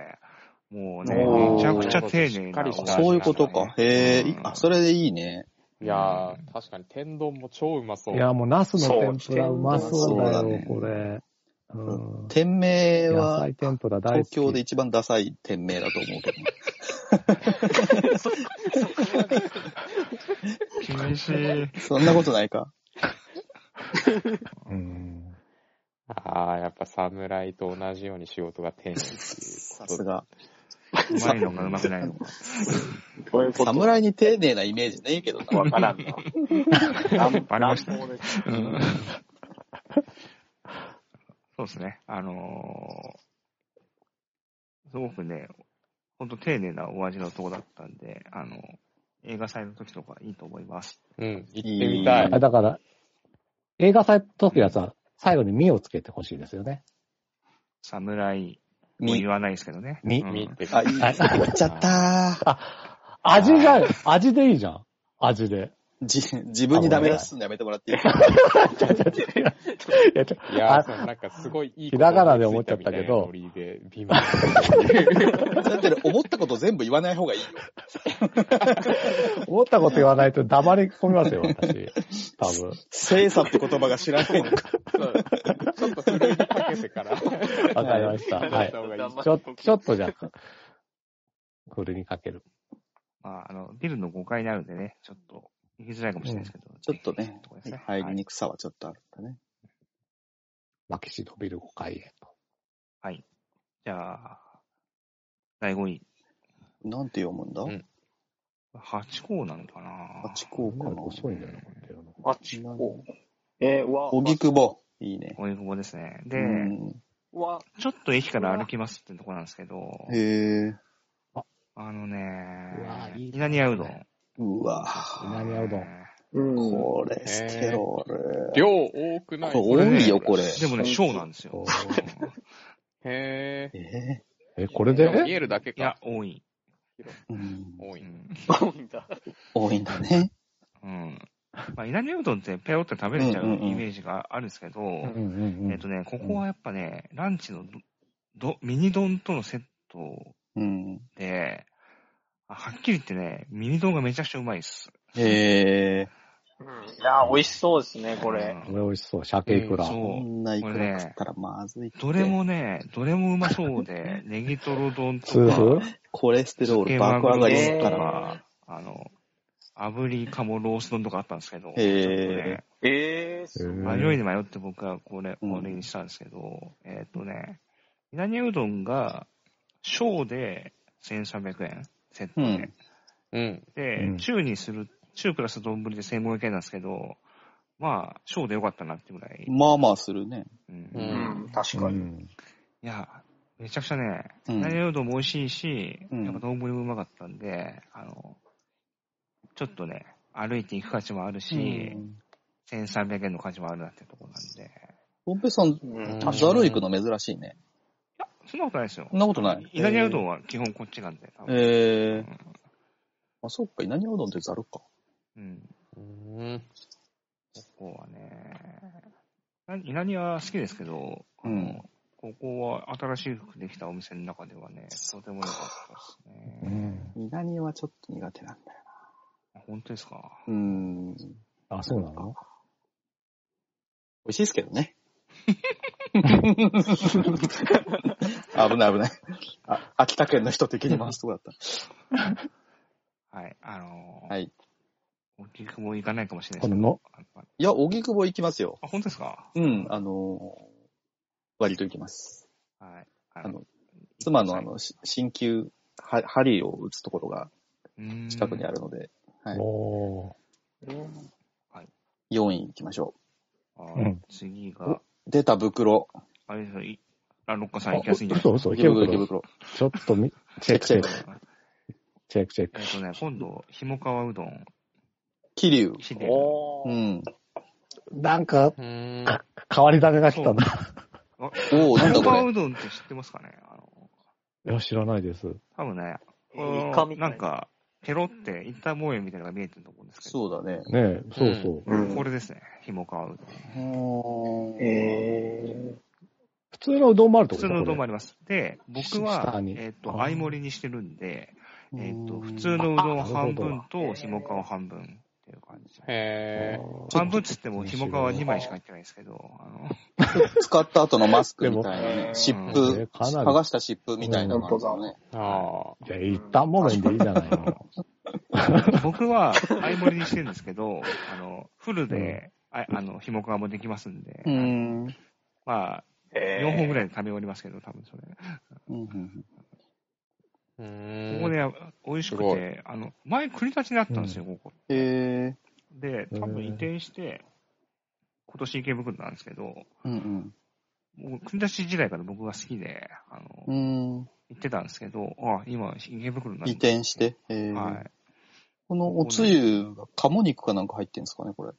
Speaker 4: もうね、
Speaker 1: おー
Speaker 4: めちゃくちゃ丁寧な。
Speaker 5: しっかりし
Speaker 1: あ
Speaker 5: た
Speaker 1: そういうことか。へえ、いあ、そ
Speaker 4: れ。
Speaker 1: れでいいね。
Speaker 5: いやー、確かに天丼も超うまそう。
Speaker 2: いや、もうナスの天ぷら
Speaker 3: そう
Speaker 2: うまそうだよ、
Speaker 1: 天ぷ
Speaker 2: こ
Speaker 1: ら
Speaker 2: れ。うん。
Speaker 1: 店名
Speaker 2: 野
Speaker 1: は
Speaker 2: 菜天ぷら大好
Speaker 1: 東
Speaker 2: き。
Speaker 1: 京で一番ダサい店名だと思うけど。
Speaker 4: 厳しい。
Speaker 1: [laughs] そんなことないか。
Speaker 2: うん。
Speaker 5: ああ、やっぱ侍と同じように仕事が丁寧っていう
Speaker 1: さ
Speaker 5: こと
Speaker 1: すが。
Speaker 4: うまいのかうまくないのか。
Speaker 3: こういうこと。
Speaker 1: 侍に丁寧なイメージねえけどな。
Speaker 3: わからんな。乱
Speaker 4: バレました
Speaker 3: 乱暴です
Speaker 4: うんそうですね。あのーすごくね、ほんと丁寧なお味のとこだったんで、あの、映画祭の時とかいいと思います。
Speaker 5: うん、行ってみたい。
Speaker 2: あだから、映画祭の時はさ、最後に身をつけてほしいですよね。
Speaker 4: 侍、もう
Speaker 1: み
Speaker 4: 言、わないですけどね。
Speaker 2: み
Speaker 4: うん
Speaker 5: 見て
Speaker 1: あ、いい。言っちゃったー。
Speaker 2: あ、味が、味でいいじゃん。味で。
Speaker 1: じ、自分にダメ出しすんのやめてもらっていい
Speaker 2: いやちょ
Speaker 5: いや
Speaker 2: あ
Speaker 5: ー、そのなんかすごいいい
Speaker 2: ひらがなで思っちゃったけど
Speaker 5: こと思いついたみたいなノリで微妙
Speaker 1: だってね思ったこと全部言わない方がいいよ。
Speaker 2: 思ったこと言わないと黙り込みますよ、 [laughs] 私。多分。
Speaker 1: 精査って言葉が知らないのか。
Speaker 5: ちょっとそれにかけ
Speaker 1: [laughs]
Speaker 5: てから。
Speaker 2: わかりました。
Speaker 5: はい
Speaker 2: はい。ちょ、ちょ
Speaker 3: [laughs]
Speaker 2: っとじゃあ、これにかける。
Speaker 4: まあ、あの、ビルの5階にあるんでね、ちょっと、行きづらいかもしれないですけど。
Speaker 1: ちょっとね
Speaker 4: とこですね、
Speaker 1: 入りにくさはちょっとあったね。
Speaker 2: マキシドビル5階へと。
Speaker 4: じゃあ、第5位。
Speaker 1: なんて読むんだ
Speaker 5: うん
Speaker 4: 八甲なのかな
Speaker 1: 八甲かな。
Speaker 2: 遅いんだよな、これ。
Speaker 3: あっちこう。えー、うわ、
Speaker 1: 荻窪。いいね。
Speaker 4: お湯窪ですね。で、
Speaker 1: うん
Speaker 3: うわ、
Speaker 4: ちょっと駅から歩きますってとこなんですけど、
Speaker 1: へえ。
Speaker 4: あの
Speaker 2: うわ
Speaker 4: ね、
Speaker 2: いい
Speaker 4: 稲庭うどん。
Speaker 1: うわ
Speaker 2: 稲庭うどん。
Speaker 3: うん。
Speaker 1: コレステロール。
Speaker 5: 量多くない
Speaker 1: これ多いよ、これ。
Speaker 4: でもね、小なんですよ。
Speaker 5: へえ。
Speaker 1: え
Speaker 2: え、これ
Speaker 5: でも見
Speaker 2: で
Speaker 5: えるだけ
Speaker 4: いや
Speaker 5: か。、
Speaker 4: 多い。
Speaker 1: ーうん
Speaker 5: 多
Speaker 4: う
Speaker 5: い。
Speaker 4: ん。
Speaker 3: 多いんだ。
Speaker 1: 多いんだね。
Speaker 4: うんまあ、稲庭うどんってペロって食べれちゃう
Speaker 1: うんうんうん
Speaker 4: イメージがあるんですけど、
Speaker 2: うんうんう
Speaker 4: えっ
Speaker 2: ん
Speaker 4: と。ね、ここはやっぱね、ランチのどどミニ丼とのセット
Speaker 1: うん。
Speaker 4: で、あはっきり言ってね、ミニ丼がめちゃくちゃうまいです。
Speaker 1: へえ。
Speaker 3: うん。いやー、美味しそうですね、これ。
Speaker 4: う
Speaker 2: こ
Speaker 4: ん
Speaker 2: れ美味しそう。鮭いくら。
Speaker 4: うん
Speaker 1: こ
Speaker 4: そ
Speaker 1: んないくら食ったらまずいって。
Speaker 4: どれもね、どれもうまそ
Speaker 1: [laughs]
Speaker 4: うで、ネギトロ丼と
Speaker 2: スープ、
Speaker 4: か
Speaker 1: コレステロール爆上がりするから。
Speaker 4: えーあの、炙り鴨ロース丼とかあったんですけど、
Speaker 1: へー
Speaker 4: ちょっとね、
Speaker 3: えー、す
Speaker 2: うん
Speaker 4: 迷いに迷って僕はこれ、
Speaker 1: うん
Speaker 4: これにしたんですけど、えっ、とね、稲庭うどんが、小で1300円、セット
Speaker 1: う
Speaker 4: で。
Speaker 1: ん。
Speaker 5: うん。
Speaker 4: で、
Speaker 2: うん
Speaker 4: 中にする、中プラス丼で1500円なんですけど、まあ、小でよかったなってぐらい。
Speaker 1: まあまあするね。
Speaker 4: うん
Speaker 5: う
Speaker 3: ごい。
Speaker 5: ん
Speaker 3: うん、確
Speaker 2: う
Speaker 3: かに。
Speaker 2: ん。
Speaker 4: いや、めちゃくちゃね、
Speaker 1: うん
Speaker 4: 何よりも美味しいし、
Speaker 1: うん
Speaker 4: やっぱ丼もうまかったんで、あの、ちょっとね、歩いていく価値もあるし、1300円の価値もあるなってとこなんで、
Speaker 1: ポンペさん、
Speaker 3: うん、
Speaker 5: 確かに
Speaker 1: ザル行くの珍しいね。
Speaker 4: そんなことないですよ
Speaker 1: そん。なことない。
Speaker 4: 稲庭うどんは基本こっちなんで、多分
Speaker 1: ええ。あ、そっか、稲庭うどんってザルか。
Speaker 4: うん。
Speaker 5: うん。
Speaker 4: ここはね、な稲庭は好きですけど、あの
Speaker 1: うん
Speaker 4: ここは新しくできたお店の中ではね、とても良かったです
Speaker 2: う
Speaker 4: ね。
Speaker 2: ん
Speaker 1: 稲庭はちょっと苦手なんだよな。
Speaker 4: 本当ですか
Speaker 1: うん。
Speaker 2: あ、そうなの
Speaker 1: 美味しいですけど [laughs] ね。危ない危ない。あ、秋田県の人的に回すとこだっ
Speaker 4: はい、あの
Speaker 1: た。はい。
Speaker 4: 大きくもいかないかもしれない
Speaker 2: こ
Speaker 4: です
Speaker 2: の
Speaker 4: けど
Speaker 2: の
Speaker 4: あ
Speaker 1: いや、荻窪行きますよ。
Speaker 4: あ、本当ですか
Speaker 1: うん、あのー割と行きます。
Speaker 4: はい。
Speaker 1: あの、妻のあの、し鍼灸、は針を打つところが
Speaker 4: うん、
Speaker 1: 近くにあるので、はい
Speaker 2: おー
Speaker 1: 4位行きましょ
Speaker 4: あ
Speaker 2: うん
Speaker 4: 次が、
Speaker 1: う。出た袋。
Speaker 4: あれですよい、ラロッカさん
Speaker 2: あ
Speaker 4: 行きやすいんじゃない
Speaker 2: 嘘嘘、
Speaker 1: 池
Speaker 2: 池
Speaker 1: 袋、池
Speaker 2: 袋。
Speaker 1: 袋。
Speaker 2: ちょっとみ、チェックチェック、
Speaker 4: ですか。
Speaker 2: チェックチェッ
Speaker 4: え
Speaker 2: ク。
Speaker 4: っとね、今度、ひもかわうどん、
Speaker 1: 桐生。
Speaker 4: ひで、
Speaker 3: お
Speaker 1: う
Speaker 3: ー。
Speaker 1: ん。
Speaker 2: なんか、
Speaker 5: うーん。
Speaker 2: か変わり種が来たな。
Speaker 1: お [laughs] お
Speaker 4: ひ
Speaker 1: なんだ
Speaker 4: も
Speaker 1: こ
Speaker 4: かわ
Speaker 1: れ。
Speaker 4: うどんって知ってますかねあの、
Speaker 2: いや、知らないです。
Speaker 4: 多分ね、
Speaker 3: えーイカみたいな
Speaker 4: なんか、ペロって、インターモーエみたいなのが見えてると思うんですけど、
Speaker 1: そうだね。
Speaker 2: ねえ、そうそう。
Speaker 1: うん
Speaker 4: これですね、ひもかわうどん。
Speaker 3: えー。
Speaker 2: 普通のうどんもあるって
Speaker 4: 普
Speaker 2: こ
Speaker 4: 通
Speaker 2: と
Speaker 4: のうどん
Speaker 2: あ
Speaker 4: もあります。で、僕
Speaker 2: 下
Speaker 4: は、
Speaker 2: に
Speaker 4: えっ、と、
Speaker 2: あー
Speaker 4: 合い盛りにしてるんで、
Speaker 1: うん
Speaker 4: えっ、と、普通のうどん半分
Speaker 3: なるほ
Speaker 4: と、
Speaker 3: ど
Speaker 4: ひもかわ半分っていう感じ。
Speaker 5: へ
Speaker 2: ちょ
Speaker 4: 半分っつっても、ひもかわ
Speaker 2: 面白い
Speaker 4: 2枚しか入ってないですけど、あ [laughs] の、
Speaker 1: 使った後のマスクみたいな
Speaker 3: でも
Speaker 1: ね。湿
Speaker 2: うんね
Speaker 1: 布、
Speaker 2: かなり
Speaker 1: 剥がした湿布みたいなのがね。
Speaker 5: ー。ああ。
Speaker 2: じゃあ、一旦もめんでいいじゃないの。
Speaker 4: 僕は、合い盛りにしてるんですけど、あの、フルで、ああの、ひもかわもできますんで、
Speaker 1: うん。
Speaker 4: まあ、
Speaker 3: え
Speaker 4: 4本ぐらいで食べ終わりますけど、多分それ。
Speaker 1: うん
Speaker 4: こ
Speaker 5: うーん。
Speaker 4: こね、美味しく
Speaker 5: すご
Speaker 4: て、あの、前、栗立ちにあったんですよ、ここ。
Speaker 1: へえ。
Speaker 4: で、多分移転して、今年池袋なんですけど、
Speaker 1: うん
Speaker 4: もう、国立時代から僕が好きで、あの、
Speaker 1: うん。うん。
Speaker 4: 行ってたんですけど、あ、今、池袋にな
Speaker 1: 移
Speaker 4: って、
Speaker 1: 転して。へえ。
Speaker 4: はい。
Speaker 1: このおつゆが鴨肉かなんか入ってるんですかね、これ。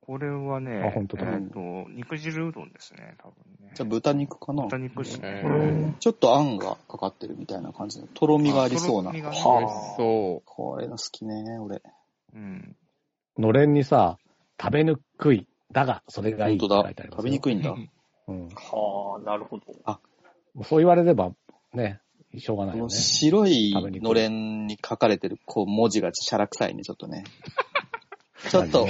Speaker 4: これはね、
Speaker 2: あ本当だ
Speaker 4: えっ、と、肉汁うどんですね、多分ね。
Speaker 1: じゃあ豚肉かな
Speaker 4: 豚肉ですね。
Speaker 5: え
Speaker 3: ー
Speaker 5: ー。
Speaker 1: ちょっとあんがかかってるみたいな感じの、とろみがありそうな
Speaker 4: あとろみ。がね
Speaker 5: 美
Speaker 3: は
Speaker 5: 味しそ
Speaker 1: これの好きね、俺。
Speaker 4: うん。
Speaker 2: のれんにさ、食べにくい。だが、それがいい
Speaker 1: 本
Speaker 2: って
Speaker 1: 当
Speaker 2: 書
Speaker 1: だ
Speaker 2: いてあり。ます
Speaker 1: 食べにくいんだ。
Speaker 2: い。うん。
Speaker 3: はあ、なるほど。
Speaker 2: そう言われれば、ね、しょうがな
Speaker 1: こ
Speaker 2: いよ
Speaker 1: の
Speaker 2: ね。
Speaker 1: 白いのれんに書かれてる、こう、文字がシャラ臭いね、ちょっと
Speaker 2: [laughs]
Speaker 1: ね。ちょっと、
Speaker 5: う。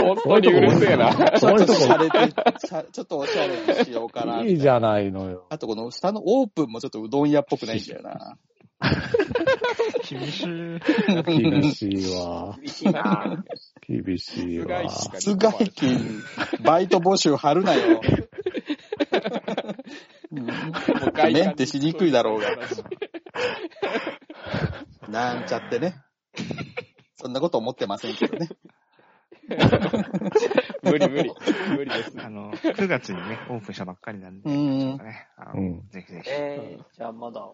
Speaker 5: 本当にうるせえ
Speaker 1: [laughs]
Speaker 5: な。
Speaker 1: ちょっ
Speaker 2: そうい
Speaker 1: と
Speaker 2: うと
Speaker 1: シャ
Speaker 2: こ
Speaker 1: レて、シャちょっとおしゃれにしようかな。
Speaker 2: いいじゃないのよ。
Speaker 1: あとこの下のオープンもちょっとうどん屋っぽくないんだよな。
Speaker 4: 厳しい。
Speaker 2: 厳し
Speaker 1: [laughs]
Speaker 2: いわ。
Speaker 3: 厳しいな。
Speaker 2: 厳しいわ。
Speaker 1: 室外機、バイト募集貼るなよ。うんメンってしにくいだろうが。なんちゃってね。そんなこと思ってませんけどね。
Speaker 5: 無理無理。無理です。
Speaker 4: あの、9月に
Speaker 1: [laughs]
Speaker 4: ね、オープンしたばっかりなんで、
Speaker 1: うん
Speaker 4: ちょっとね、あの
Speaker 2: うん
Speaker 4: ぜひぜひ。
Speaker 3: えー、じゃあまだ。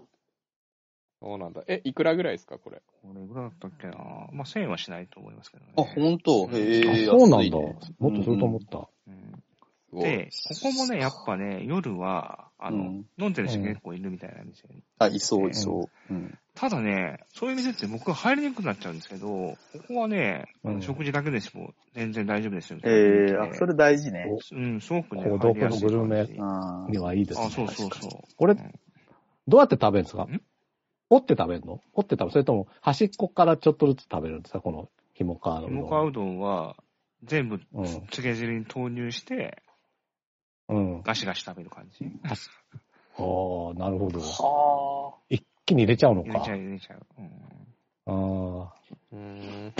Speaker 5: そうなんだ。え、いくらぐらいですか、これ。
Speaker 4: これぐらいだったっけなまあ、1000円はしないと思いますけどね。
Speaker 1: あ、ほんと。へ
Speaker 2: あ
Speaker 1: え、
Speaker 2: そうなん
Speaker 1: 安い
Speaker 2: だ。
Speaker 1: ね
Speaker 2: もっとすると思った。
Speaker 4: うん
Speaker 5: すごい。
Speaker 4: で、ここもね、やっぱね、夜は、あの、
Speaker 1: うん
Speaker 4: 飲んでる人結構いるみたいな店。
Speaker 1: あ、いそう、いそう。うん。
Speaker 4: ただね、そういう店って僕は入りにくくなっちゃうんですけど、ここはね、あの
Speaker 2: うん
Speaker 4: 食事だけでしも全然大丈夫ですよ。
Speaker 1: ええあ、それ大事ね。
Speaker 4: うん、すごくね、
Speaker 2: 孤独のグルメ
Speaker 4: 入りやすい感
Speaker 1: あ
Speaker 2: にはいいで
Speaker 4: じ
Speaker 2: すね。
Speaker 4: あ、そうそうそう。
Speaker 2: これ、
Speaker 4: うん
Speaker 2: どうやって食べるんですか
Speaker 4: ん
Speaker 2: 掘って食べるの掘って食べるそれとも端っこからちょっとずつ食べるんですかこのひもかわの
Speaker 4: ひ
Speaker 2: うどん。
Speaker 4: もかわうどんは、全部
Speaker 2: うん、
Speaker 4: つけ汁に投入して、
Speaker 2: うん。
Speaker 4: ガシガシ食べる感じ。
Speaker 2: ああ、なるほど。
Speaker 3: は
Speaker 2: 一気に入れちゃうの
Speaker 4: 入れ
Speaker 2: か
Speaker 4: ちゃ。う、入れちゃう。うん、い
Speaker 2: あ
Speaker 5: うーん。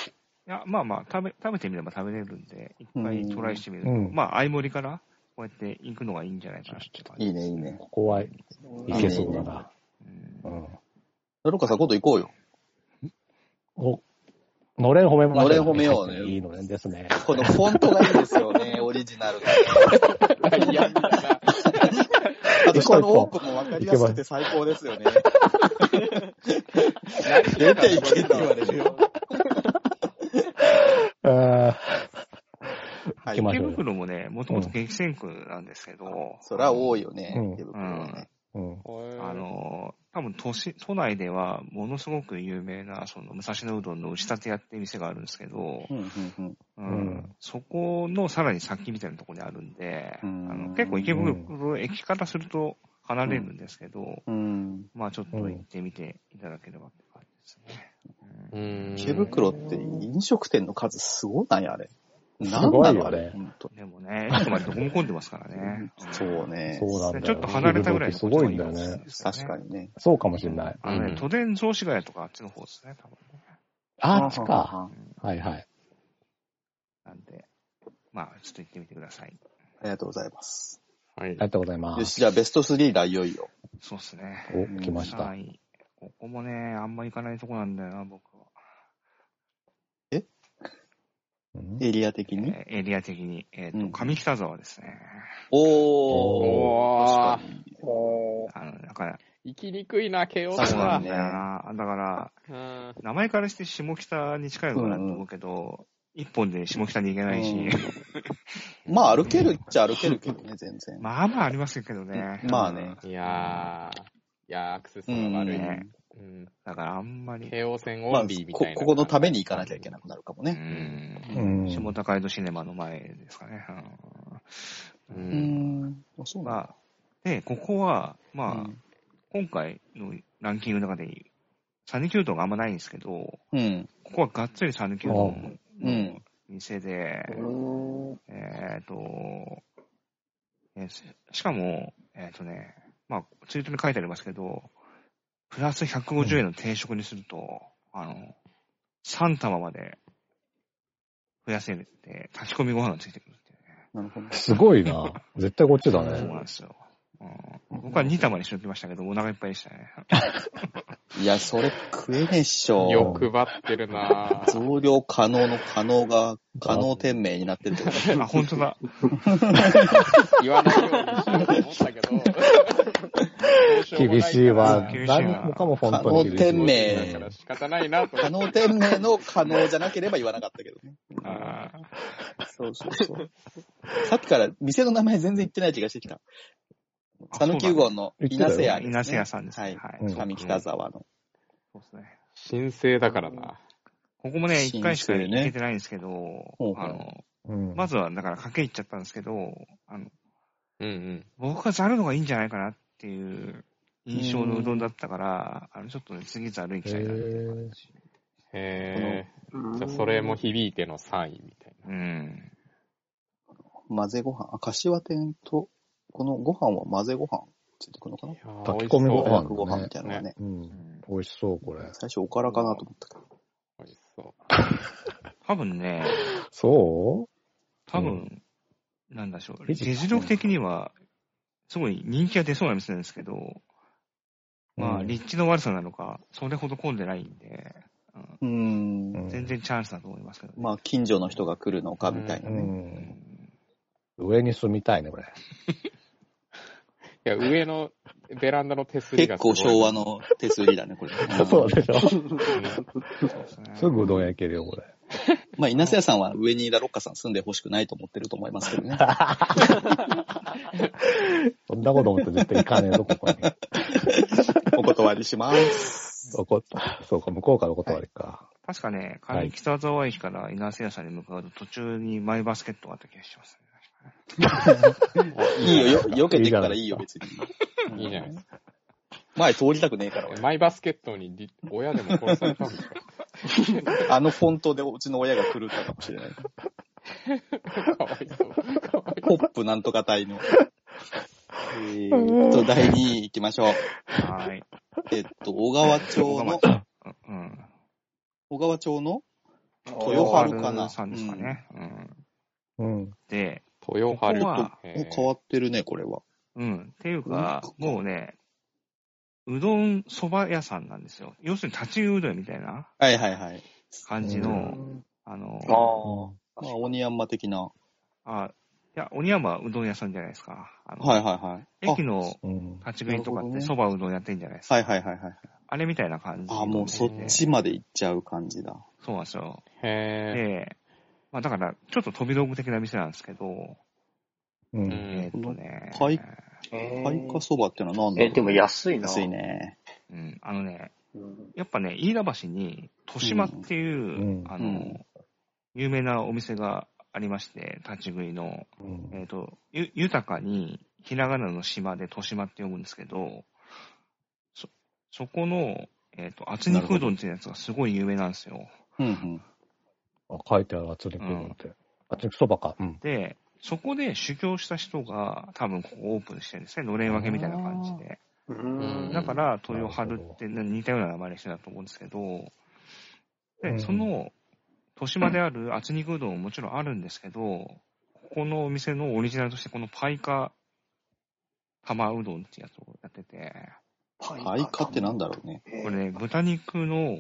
Speaker 4: や、まあまあ、食べ、食べてみれば食べれるんで、一回トライしてみると、
Speaker 2: うん
Speaker 4: まあ、相盛りから、こうやって行くのがいいんじゃないかなって感
Speaker 1: あ、
Speaker 4: じ。
Speaker 1: いいね、いいね
Speaker 2: あ、。ここはい
Speaker 3: あ。
Speaker 2: けそうだな。
Speaker 4: うん
Speaker 2: うん。
Speaker 1: なるかさん、今度行こうよ。
Speaker 2: お、のれん褒めましょう。
Speaker 1: のれん褒めようね
Speaker 2: いいのれんですね。
Speaker 1: このフォントがいいですよね、オリジナルが。
Speaker 5: ダイヤみたいな。
Speaker 1: あと下のオープンもわかりやすくて最高ですよね。出ていけって言われるよ。
Speaker 2: あ
Speaker 1: は
Speaker 2: 行
Speaker 1: い
Speaker 2: き。まし
Speaker 4: 池
Speaker 2: ょうよ。
Speaker 4: 袋もね、もともと激戦区なんですけど、
Speaker 1: そりゃ多いよね、
Speaker 2: うん
Speaker 1: 池袋はね。
Speaker 2: うん。
Speaker 4: あ
Speaker 5: あの、
Speaker 4: の、多分都市、都内ではものすごく有名な、その、武蔵野うどんの打ち立て屋っていう店があるんですけど、
Speaker 1: うんうん
Speaker 4: うん
Speaker 2: うん
Speaker 4: そこのさらに先みたいなところにあるんで、
Speaker 1: うん
Speaker 4: あの結構池袋駅からすると離れるんですけど、
Speaker 1: うんうん
Speaker 4: まあちょっと行ってみていただければって感じですね。
Speaker 5: う
Speaker 4: うん
Speaker 5: ーん。
Speaker 1: 池袋って飲食店の数すごないあれ。な
Speaker 2: す
Speaker 1: ん
Speaker 2: ご
Speaker 1: ない
Speaker 2: よね
Speaker 1: のあれ、ほんと。
Speaker 4: でもね、駅までどこも混んでますからね。
Speaker 1: そうね
Speaker 2: そ。うなんだよ。
Speaker 4: ちょっと離れたぐらいの
Speaker 2: す
Speaker 4: とこ
Speaker 2: ごい
Speaker 4: ろ
Speaker 2: ん
Speaker 4: に
Speaker 2: だ
Speaker 4: あ
Speaker 2: よ
Speaker 4: ります
Speaker 2: ね。
Speaker 1: 確かにね。
Speaker 2: そうかもしれない。
Speaker 4: あのね、
Speaker 5: うん
Speaker 4: 都電雑司ヶ谷とかあっちの方ですね、多分ね。
Speaker 2: あっちか。
Speaker 1: ははは
Speaker 2: はいはい。
Speaker 4: なんで、まあ、ちょっと行ってみてください。
Speaker 1: ありがとうございます。
Speaker 5: はい
Speaker 2: あり。がとうございま
Speaker 1: よし、
Speaker 2: す。
Speaker 1: じゃあベスト3だ、いよいよ。
Speaker 4: そうっすね。
Speaker 2: お、来ました。
Speaker 4: はい。ここもね、あんま行かないとこなんだよな、僕は。
Speaker 2: うん
Speaker 1: エリア的に。
Speaker 4: えーエリア的に。えっ、
Speaker 1: う
Speaker 4: と、
Speaker 1: ん
Speaker 4: 上北沢ですね。
Speaker 1: おー。
Speaker 5: おー
Speaker 1: 確かに。
Speaker 3: おー
Speaker 4: あの、なんか、
Speaker 5: 行きにくいな、慶応
Speaker 1: 確
Speaker 4: そう
Speaker 1: か
Speaker 4: な
Speaker 5: は
Speaker 4: ん
Speaker 1: にね
Speaker 4: だよな。だから、
Speaker 5: うん。
Speaker 4: 名前からして下北に近いのかなと思うけど、一、本で下北に行けないし、
Speaker 1: まあ歩けるっちゃ歩けるけどね、全
Speaker 4: [laughs]
Speaker 1: 然。
Speaker 4: [laughs] まあまあありますけどね。
Speaker 1: まあね
Speaker 5: いやー、いやー、アクセスが悪い。
Speaker 4: ね
Speaker 5: うん。
Speaker 4: だからあんまり、
Speaker 5: 京王線
Speaker 1: ま
Speaker 5: オ
Speaker 1: あ
Speaker 5: ンリーみ
Speaker 1: こ
Speaker 5: たい、な。
Speaker 1: ここのために行かなきゃいけなくなるかも
Speaker 4: う
Speaker 1: ね。
Speaker 4: ん
Speaker 2: うん
Speaker 4: 下高井戸シネマの前ですかね。う
Speaker 5: う
Speaker 1: う
Speaker 5: ん
Speaker 1: ん。あそうなんだ。
Speaker 4: まあ、で、ここは、まあ、
Speaker 1: うん
Speaker 4: 今回のランキングの中で、サヌキュートンがあんまないんですけど、
Speaker 1: うん。
Speaker 4: ここはがっつりサヌキュートン
Speaker 1: う
Speaker 4: の
Speaker 1: ん。
Speaker 4: 店で、
Speaker 3: うーん
Speaker 4: えっ、と、えーししかも、えっ、とね、まあ、ツイートに書いてありますけど、プラス150円の定食にすると、あの、3玉まで増やせるって、炊き込みご飯がついてくるっていうね。
Speaker 1: なるほど。
Speaker 2: すごいな。絶対こっちだ
Speaker 4: そ
Speaker 2: ね。
Speaker 4: うなんですよ。うん、僕は2玉にしておきましたけど、お腹いっぱいでしたね。
Speaker 1: いや、それ食えねえっしょ。
Speaker 5: よくばってるなー
Speaker 1: 増量可能の可能が、可能店名になってるってこと [laughs]
Speaker 4: あ、本当だ。
Speaker 5: 言わないようにしようと思ったけど。どうしようもな
Speaker 2: 厳
Speaker 5: から
Speaker 2: しいわ。
Speaker 4: 厳しいわ
Speaker 2: 何もかも本当に厳し
Speaker 1: 可能店。
Speaker 2: い
Speaker 1: 名
Speaker 5: だから仕方ないなと思
Speaker 1: 可
Speaker 5: って。
Speaker 1: 能店名の可能じゃなければ言わなかったけどね。
Speaker 4: あー
Speaker 1: そうそうそう。さっきから店の名前全然言ってない気がしてきた。
Speaker 4: あ
Speaker 1: 讃岐号の稲瀬屋、
Speaker 4: そうだね稲瀬屋さんですね
Speaker 1: はい。
Speaker 4: はい
Speaker 1: 上北沢の。
Speaker 4: そうですね。
Speaker 5: 申請だからな。
Speaker 4: ここもね、1回しか
Speaker 1: 新生
Speaker 4: 行
Speaker 1: ね
Speaker 4: けてないんですけど、
Speaker 1: ほうほう
Speaker 4: あの、
Speaker 2: うん
Speaker 4: まずは、だから賭け行っちゃったんですけど、あの、
Speaker 5: うんうん。
Speaker 4: 僕はザルの方がいいんじゃないかなっていう印象のうどんだったから、あの、ちょっとね、次ザル行きたいなっていう感じ。
Speaker 5: へえ。じゃあそれも響いての3位みたいな。
Speaker 4: うん。
Speaker 1: 混ぜご飯。あ、柏店と、このご飯は混ぜご飯ついてくるのかな
Speaker 2: 炊き込みご
Speaker 5: 美味し
Speaker 2: 飯
Speaker 1: ご飯みたいなのがね。
Speaker 2: うん。美味しそう、これ。
Speaker 1: 最初おからかなと思ったけど。
Speaker 5: そう。美味しそう。
Speaker 4: 多分ね、
Speaker 2: そ
Speaker 4: 多分、なんだでしょう。
Speaker 2: いつか
Speaker 4: 実力的には、すごい人気が出そうな店なんですけど、まあ、
Speaker 2: うん
Speaker 4: 立地の悪さなのか、それほど混んでないんで、うん
Speaker 1: うーん
Speaker 2: う。うん
Speaker 4: 全然チャンスだと思いますけどね。
Speaker 1: まあ、近所の人が来るのかみたいうなね。
Speaker 2: ん。上に住みたいね、これ。
Speaker 5: いや、上のベランダの手すりが
Speaker 1: 結
Speaker 5: すごい
Speaker 1: 構昭和。の手すりだね、 [laughs] これ。
Speaker 2: そうでしょ。
Speaker 4: そうです
Speaker 2: [laughs]
Speaker 4: ね
Speaker 2: すぐうどん焼けるよ、これ。
Speaker 1: まあ、稲瀬屋さんは上にいラロッカさん住んでほしくないと思ってると思いますけど [laughs] ね。
Speaker 2: そんなこと思って絶対行かねえぞ、ここに。
Speaker 1: お断りします。
Speaker 2: おこそうか、向こうからお断りか。
Speaker 4: 確かね、
Speaker 2: は
Speaker 4: 上
Speaker 2: い
Speaker 4: 北沢駅から稲瀬屋さんに向かうと途中にマイバスケットがあった気がしますね。
Speaker 1: いいよ、よ、避けていくからいいよ、別に。
Speaker 5: いいじゃないですか。
Speaker 1: 前通りたくねえから、俺
Speaker 5: マイバスケットにり親でも殺されたんですか
Speaker 1: あのフォントでうちの親が狂ったかもしれない。
Speaker 5: かわいそう。かわい
Speaker 1: ポップなんとか隊の。えーっと、第2位行きましょう。
Speaker 2: [laughs]
Speaker 4: はい。
Speaker 1: えっと、小川町の、
Speaker 4: うん。
Speaker 1: 小川町の
Speaker 4: 小
Speaker 1: 豊春かな
Speaker 4: さんですかね。うん。
Speaker 2: うん。
Speaker 4: で、
Speaker 5: そう。豊春。
Speaker 4: ここは
Speaker 5: へ
Speaker 1: お
Speaker 5: ー
Speaker 1: 変わってるね、これは。
Speaker 4: うん。っていうか、もうね、うどん蕎麦屋さんなんですよ。要するに立ちうどんみたいな
Speaker 1: はいはいはい。
Speaker 4: 感じ
Speaker 2: う
Speaker 4: の、あの、
Speaker 3: ああ。
Speaker 1: まあ、鬼山的な。
Speaker 4: あ、いや、鬼山はうどん屋さんじゃないですか。あの
Speaker 1: はいはいはい。
Speaker 4: 駅の
Speaker 2: うん。
Speaker 4: 立ち食いとかっ
Speaker 1: な
Speaker 4: て
Speaker 1: る
Speaker 4: そ
Speaker 1: ほ
Speaker 4: ばうどんやってんじゃないです
Speaker 1: あ
Speaker 4: か。
Speaker 1: はいはいはいはい。
Speaker 4: あれみたいな感じの
Speaker 1: あ、もうそっちまで行っちゃう感じだ。
Speaker 4: そうなんですよ。
Speaker 5: へ
Speaker 4: で、まあだから、ちょっと飛び道具的な店なんですけど、
Speaker 2: う。
Speaker 5: え。うん
Speaker 4: え
Speaker 5: ん。
Speaker 4: ーっとね、
Speaker 1: このはい
Speaker 3: え
Speaker 1: 開花そばってのは何だろう
Speaker 3: え、でも安いな。
Speaker 1: 安い。ね。
Speaker 4: うん、あのね、
Speaker 3: うん、
Speaker 4: やっぱね、飯田橋に、豊島っていう、
Speaker 2: うん
Speaker 4: あ
Speaker 1: う
Speaker 4: の
Speaker 1: ん、
Speaker 4: 有名なお店がありまして、立ち食いの、
Speaker 2: うん
Speaker 4: えっ、と、ゆ、豊かに、ひらがなの島で豊島って呼ぶんですけど、そ、そこの、えっ、と、厚肉うどんっていうやつがすごい有名なんですよ。
Speaker 1: うんうん。
Speaker 2: あ書いてある、圧力なんて。圧力そばか。うん。
Speaker 4: で、そこで修行した人が、多分ここオープンしてるんですね。のれん分けみたいな感じで。
Speaker 3: う
Speaker 5: うん
Speaker 3: ん。
Speaker 4: だから、
Speaker 2: うん
Speaker 4: 豊春ってね似たような名前の人だと思うんですけど、
Speaker 2: う
Speaker 4: で、
Speaker 2: ん
Speaker 4: その、豊島である厚肉うどんももちろんあるんですけど、ここのお店のオリジナルとして、このパイカ玉うどんってやつをやってて、
Speaker 3: パ
Speaker 1: パイカってなんだろうね。
Speaker 4: これね、豚肉の、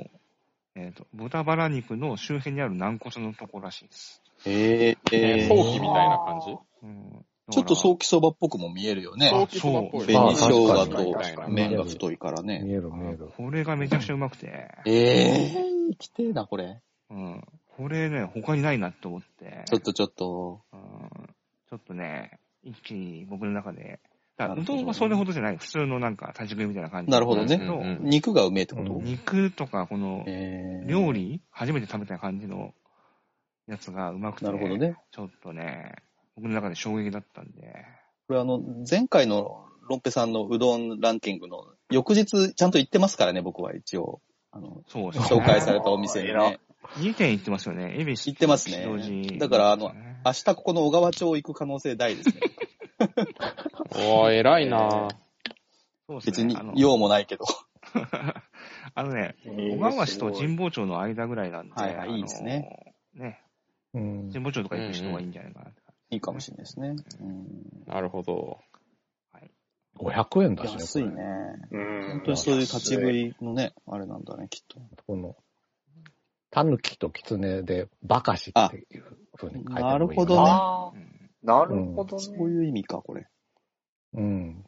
Speaker 4: えっ、と、豚バラ肉の周辺にある軟骨のとこらしいです。
Speaker 1: えー、
Speaker 5: え
Speaker 1: え
Speaker 5: ー、
Speaker 1: ー
Speaker 5: 陶器みたいな感じ
Speaker 4: うん、
Speaker 1: ちょっと
Speaker 4: そう
Speaker 1: 早期相場っぽくも見えるよね。
Speaker 5: 陶器そばっぽい。
Speaker 2: そう
Speaker 1: 紅生
Speaker 2: あ
Speaker 1: 姜
Speaker 2: 確かに
Speaker 5: 確か
Speaker 1: と
Speaker 5: に
Speaker 1: 麺が太いからね。
Speaker 2: 見える見える。
Speaker 4: これがめちゃくちゃうまくて、
Speaker 1: ええー、きてえな、これ。
Speaker 4: うん、これね、他にないなって思って、
Speaker 1: ちょっとちょっと。
Speaker 4: うんちょっとね、一気に僕の中で、だ
Speaker 1: な
Speaker 4: から
Speaker 1: る
Speaker 4: う
Speaker 1: ほど
Speaker 4: どんはそれほどじゃない、普通のなんか立ち食いみたいな感じ
Speaker 1: なるほどね
Speaker 4: なんですけ
Speaker 5: うんうん
Speaker 1: 肉がうめえってこと、
Speaker 2: うん
Speaker 4: 肉とかこの
Speaker 1: えー
Speaker 4: 料理、初めて食べた感じのやつがうまくて、
Speaker 1: なるほどね。
Speaker 4: ちょっとね、僕の中で衝撃だったんで、
Speaker 1: これあの、前回のロンペさんのうどんランキングの翌日ちゃんと行ってますからね、僕は一応。あ
Speaker 4: [laughs]
Speaker 1: の、
Speaker 4: そうですね。
Speaker 1: 紹介されたお店に
Speaker 3: 偉い
Speaker 1: ね。
Speaker 4: 2点行ってますよね。恵比
Speaker 1: 行
Speaker 4: 寿。
Speaker 1: ってますね
Speaker 4: 吉祥寺
Speaker 1: だからあの
Speaker 4: ね
Speaker 1: 明日ここの小川町行く可能性大ですね。
Speaker 5: おー、偉いなぁ
Speaker 4: そうです
Speaker 1: 別
Speaker 4: ね
Speaker 1: に
Speaker 4: あの
Speaker 1: 用もないけど。 [laughs]
Speaker 4: あのね、
Speaker 3: 小
Speaker 4: 小川市と神保町の間ぐらいなんで、
Speaker 1: はいはい
Speaker 4: あの
Speaker 1: いいですね。
Speaker 4: ね、
Speaker 2: うん
Speaker 4: 神保町とか行く人はいいんじゃないかなって感
Speaker 1: いいかもしれないですね。うん
Speaker 5: なるほど。
Speaker 2: 500円だしね。
Speaker 1: 安いね
Speaker 2: これ。。
Speaker 1: 本当にそういう立ち食いのね、あれなんだね、きっと。
Speaker 2: この、タヌキとキツネでバカシっていう風に書いてあ
Speaker 1: なるほどね
Speaker 3: ああ、
Speaker 4: じ。うん
Speaker 3: なるほど
Speaker 1: そ
Speaker 3: ね。
Speaker 1: ういう意味か、これ。
Speaker 2: うん。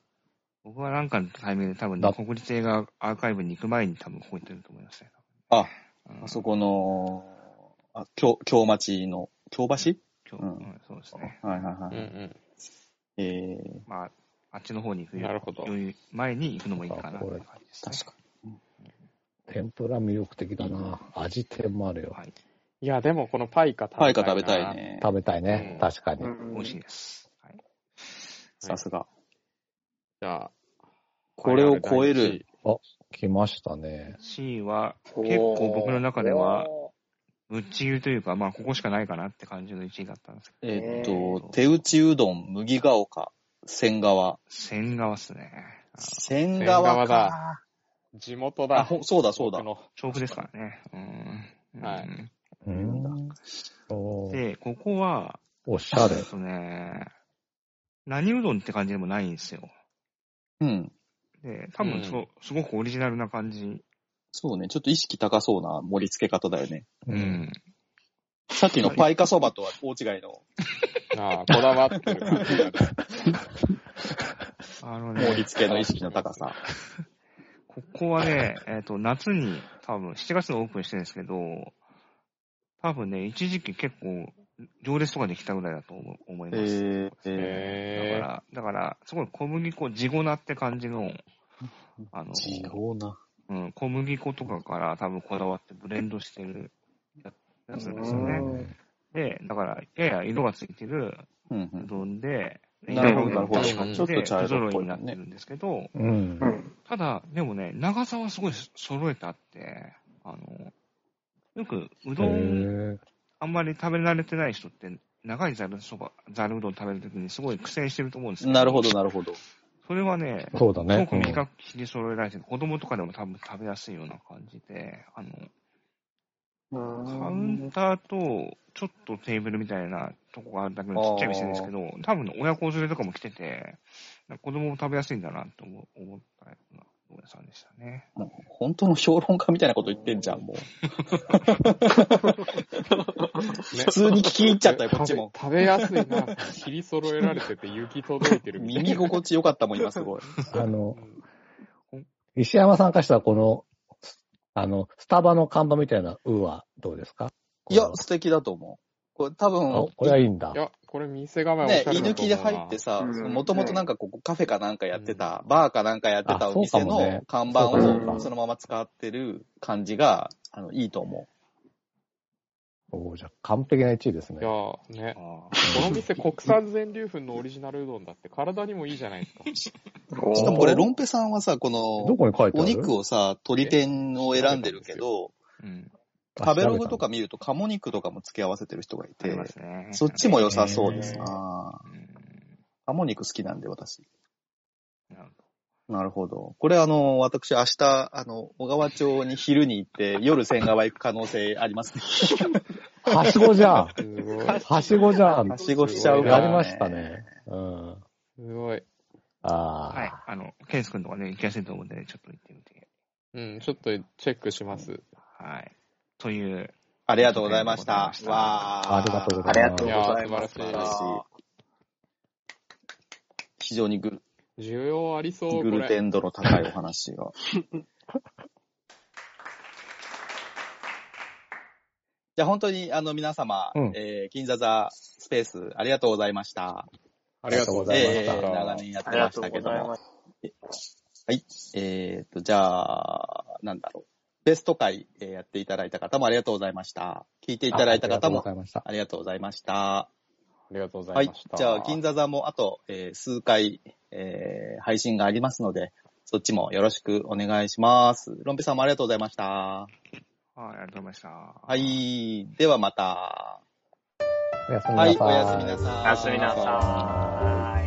Speaker 4: 僕はなんかのタイミングで多分、
Speaker 2: だ
Speaker 4: 国立映画アーカイブに行く前に多分ここ行ってると思いますね。
Speaker 1: あ、
Speaker 4: うん
Speaker 1: あそこの、あ、京、京町の、京橋
Speaker 4: 今
Speaker 1: うん
Speaker 4: 日、うんそうですね。
Speaker 1: はいはいは
Speaker 5: うん
Speaker 1: い。
Speaker 5: うん。
Speaker 1: え
Speaker 4: まあ、あっちの方に行くよ
Speaker 5: なるほど
Speaker 4: り前に行くのもいいかなって
Speaker 2: こ
Speaker 4: 感
Speaker 2: れ
Speaker 4: じです
Speaker 1: ー、
Speaker 4: ね。
Speaker 1: 確か
Speaker 2: 天ぷら魅力的だな。味天もあるよ。
Speaker 4: はい。
Speaker 5: いや、でもこのパイカ食
Speaker 1: に。パ
Speaker 5: べ
Speaker 1: イ
Speaker 5: た
Speaker 1: カ
Speaker 5: い
Speaker 1: 食べた
Speaker 5: な。
Speaker 1: い。ね。
Speaker 2: 食べたいね
Speaker 5: う。ん
Speaker 2: 確かに
Speaker 3: う。ん
Speaker 4: 美味しいです。はい。
Speaker 1: さすが。
Speaker 5: じゃあ、
Speaker 1: これを超える
Speaker 5: 栄えあ第一位。
Speaker 2: 来ましたね。
Speaker 4: C は、結構僕の中では
Speaker 3: お
Speaker 4: ぶっちぎりというか、まあ、ここしかないかなって感じの1位だったんですけ
Speaker 1: え
Speaker 4: え
Speaker 1: ーっ
Speaker 4: ー
Speaker 1: と、手打ちうどん、麦ヶ丘、仙川。
Speaker 4: ど、仙川っすね。あ
Speaker 1: 仙
Speaker 5: 川
Speaker 1: 川
Speaker 5: だ
Speaker 1: か。
Speaker 5: 地元
Speaker 1: あ、
Speaker 5: だ。
Speaker 1: ほそうだそうだ
Speaker 5: 僕。の
Speaker 4: 調布ですからね。うん。
Speaker 5: はい
Speaker 2: う。
Speaker 1: なん
Speaker 2: お
Speaker 4: うん
Speaker 2: ー
Speaker 4: で、ここは、
Speaker 2: おしゃれ
Speaker 4: えっ。とね、何うどんって感じでもないんですよ。
Speaker 1: うん。
Speaker 4: で、多分そ、うすごくオリジナルな感じ。
Speaker 1: そうね、ちょっと意識高そうな盛り付け方だよね。
Speaker 4: う。ん。
Speaker 1: さっきのパイカそばとは大違いの
Speaker 5: ああ、こだわってる感じがね。
Speaker 4: あの
Speaker 1: 盛り
Speaker 4: ね、
Speaker 1: 付けの意識の高さ。
Speaker 4: ここはね、 [laughs] えっ、と、夏に、多分、7月のオープンしてるんですけど、多分ね、一時期結構、行列とかできたぐらいだと思思い
Speaker 1: え
Speaker 4: ます。
Speaker 1: ー、え
Speaker 4: だか
Speaker 5: へ
Speaker 4: ら、だから、すごい小麦粉、地粉って感じの、あの
Speaker 1: ー、、地方な。
Speaker 4: うん、小麦粉とかから多分こだわってブレンドしてるややつなんですよね。で、だから、やや色がついてる
Speaker 1: うんう。
Speaker 4: うんどんで、
Speaker 1: なるほど、
Speaker 3: なるほど
Speaker 1: 確かに
Speaker 5: ちょ
Speaker 1: っと茶色っぽいね
Speaker 4: になってるんですけど、
Speaker 2: うん
Speaker 3: う。ん。
Speaker 4: ただ、でもね、長さはすごい揃えてあって、あの、よくうどん
Speaker 2: へー
Speaker 4: あんまり食べ慣れてない人って、長いざるそば、ざるうどん食べるときにすごい苦戦してると思うんですけど、
Speaker 1: なるほど、なるほど。
Speaker 4: それはね、
Speaker 2: そうだ
Speaker 4: す
Speaker 2: ね
Speaker 4: ご。く短く切り揃えられてて、子供とかでも多分食べやすいような感じで、あの、カウンターと、ちょっとテーブルみたいなとこがあるだけのちっちゃい店ですけど、多分ね親子連れとかも来てて、なんか子供も食べやすいんだなと思思ったようなお屋さんでしたね。
Speaker 1: もう本当の評論家みたいなこと言ってんじゃん、 [laughs] もう。
Speaker 5: え。ね
Speaker 1: 普通に聞き入っちゃったよ、こっちも。
Speaker 5: 食べやすいな。切り揃えられてて、行き届いてるみたいな。
Speaker 1: 耳心地良かったもん、今す [laughs] ごい。
Speaker 2: あの
Speaker 5: うん、
Speaker 2: 石山さんからしたら、この、あの、スタバの看板みたいな、うはどうですか
Speaker 1: いや、素敵だと思う。これ多
Speaker 2: あ
Speaker 1: 分、
Speaker 2: これはいいんだ
Speaker 5: い。や、これ店構えおし
Speaker 1: ね、
Speaker 5: ゃれ
Speaker 1: 居抜
Speaker 5: だと
Speaker 1: きで
Speaker 5: 思うな
Speaker 1: 入ってさ、
Speaker 3: うん
Speaker 1: もともとなんかここカフェかなんかやってた、バーかなんかやってた
Speaker 2: あ
Speaker 1: お
Speaker 2: そうか
Speaker 1: 店
Speaker 2: もね
Speaker 1: の看板
Speaker 2: そう
Speaker 3: かも
Speaker 1: をそのまま使ってる感じが、あの、いいと思
Speaker 2: おーじゃあ完璧な1位ですね。
Speaker 5: いや、ね。
Speaker 4: あ
Speaker 5: この店、国産全粒粉のオリジナルうどんだって、体にもいいじゃないですか。
Speaker 1: う。し
Speaker 3: し
Speaker 1: かもこれ、ロンペさんはさ、この
Speaker 2: ど、こに書いてあ
Speaker 1: お
Speaker 2: る
Speaker 1: 肉をさ、鶏天を選んでるけど、
Speaker 4: ーうん。
Speaker 2: あ
Speaker 1: 食べログと
Speaker 2: 調
Speaker 1: か見ると鴨肉とかも付け合わせてる人がい
Speaker 4: あり
Speaker 1: て、
Speaker 4: ますね。
Speaker 1: そっちも良さそうですな。
Speaker 4: うん
Speaker 1: 鴨肉好きなんで、私。
Speaker 4: なるほど
Speaker 1: なるほど。これあの、私明日、あの、小川町に昼に行って、夜仙川行く可能性ありますね。
Speaker 2: はしごじゃん。
Speaker 5: [laughs] すごい。
Speaker 2: はしごじゃん。
Speaker 1: はしごしちゃうから、
Speaker 2: や
Speaker 1: ね。
Speaker 2: りましたね。。うん。
Speaker 5: すごい。
Speaker 2: ああ、
Speaker 4: はい。あの、ケンス君とかね、行きやすいと思うんで、ね、ちょっと行ってみて。
Speaker 5: うん、ちょっとチェックします。
Speaker 4: はい。という、
Speaker 1: ありがとうございました
Speaker 4: ありがとうござい
Speaker 1: わー
Speaker 4: ま。した
Speaker 2: ありがとうございます
Speaker 3: ありがとうござい
Speaker 5: いや
Speaker 3: ま
Speaker 5: ー
Speaker 3: す。
Speaker 5: 素晴らしい
Speaker 1: 非常にグル
Speaker 5: 需要ありそう、
Speaker 1: グ
Speaker 5: こ
Speaker 1: ルテ
Speaker 5: れ。
Speaker 1: ン度の高いお話が。 [laughs] じゃあ本当にあの皆様、
Speaker 2: うん
Speaker 1: えー金座座スペースありがとうございました。
Speaker 5: あ
Speaker 2: りがとうございました
Speaker 1: えー長年やって
Speaker 3: ありが
Speaker 1: ま
Speaker 3: と
Speaker 1: し
Speaker 3: う
Speaker 1: た
Speaker 3: ご
Speaker 1: けど
Speaker 3: ざい
Speaker 1: も
Speaker 3: ま。す。
Speaker 1: えっ、と、じゃあ、なんだろう。ベスト回、えーやっていただいた方もありがとうございました。聞いていただいた方も
Speaker 2: ありがとうございました。
Speaker 1: ありがとうございました。
Speaker 5: ありがとうござ
Speaker 1: はいい
Speaker 5: ました。。
Speaker 1: じゃあ、銀座座もあと、えー数回、えー配信がありますので、そっちもよろしくお願いします。ロンペさんもありがとうございました。
Speaker 4: はい、ありがとうございました。は
Speaker 1: はい。ではまた。
Speaker 2: おやすみな
Speaker 1: は
Speaker 2: さ
Speaker 1: い、おやすみなさい。
Speaker 3: おやすみなさい。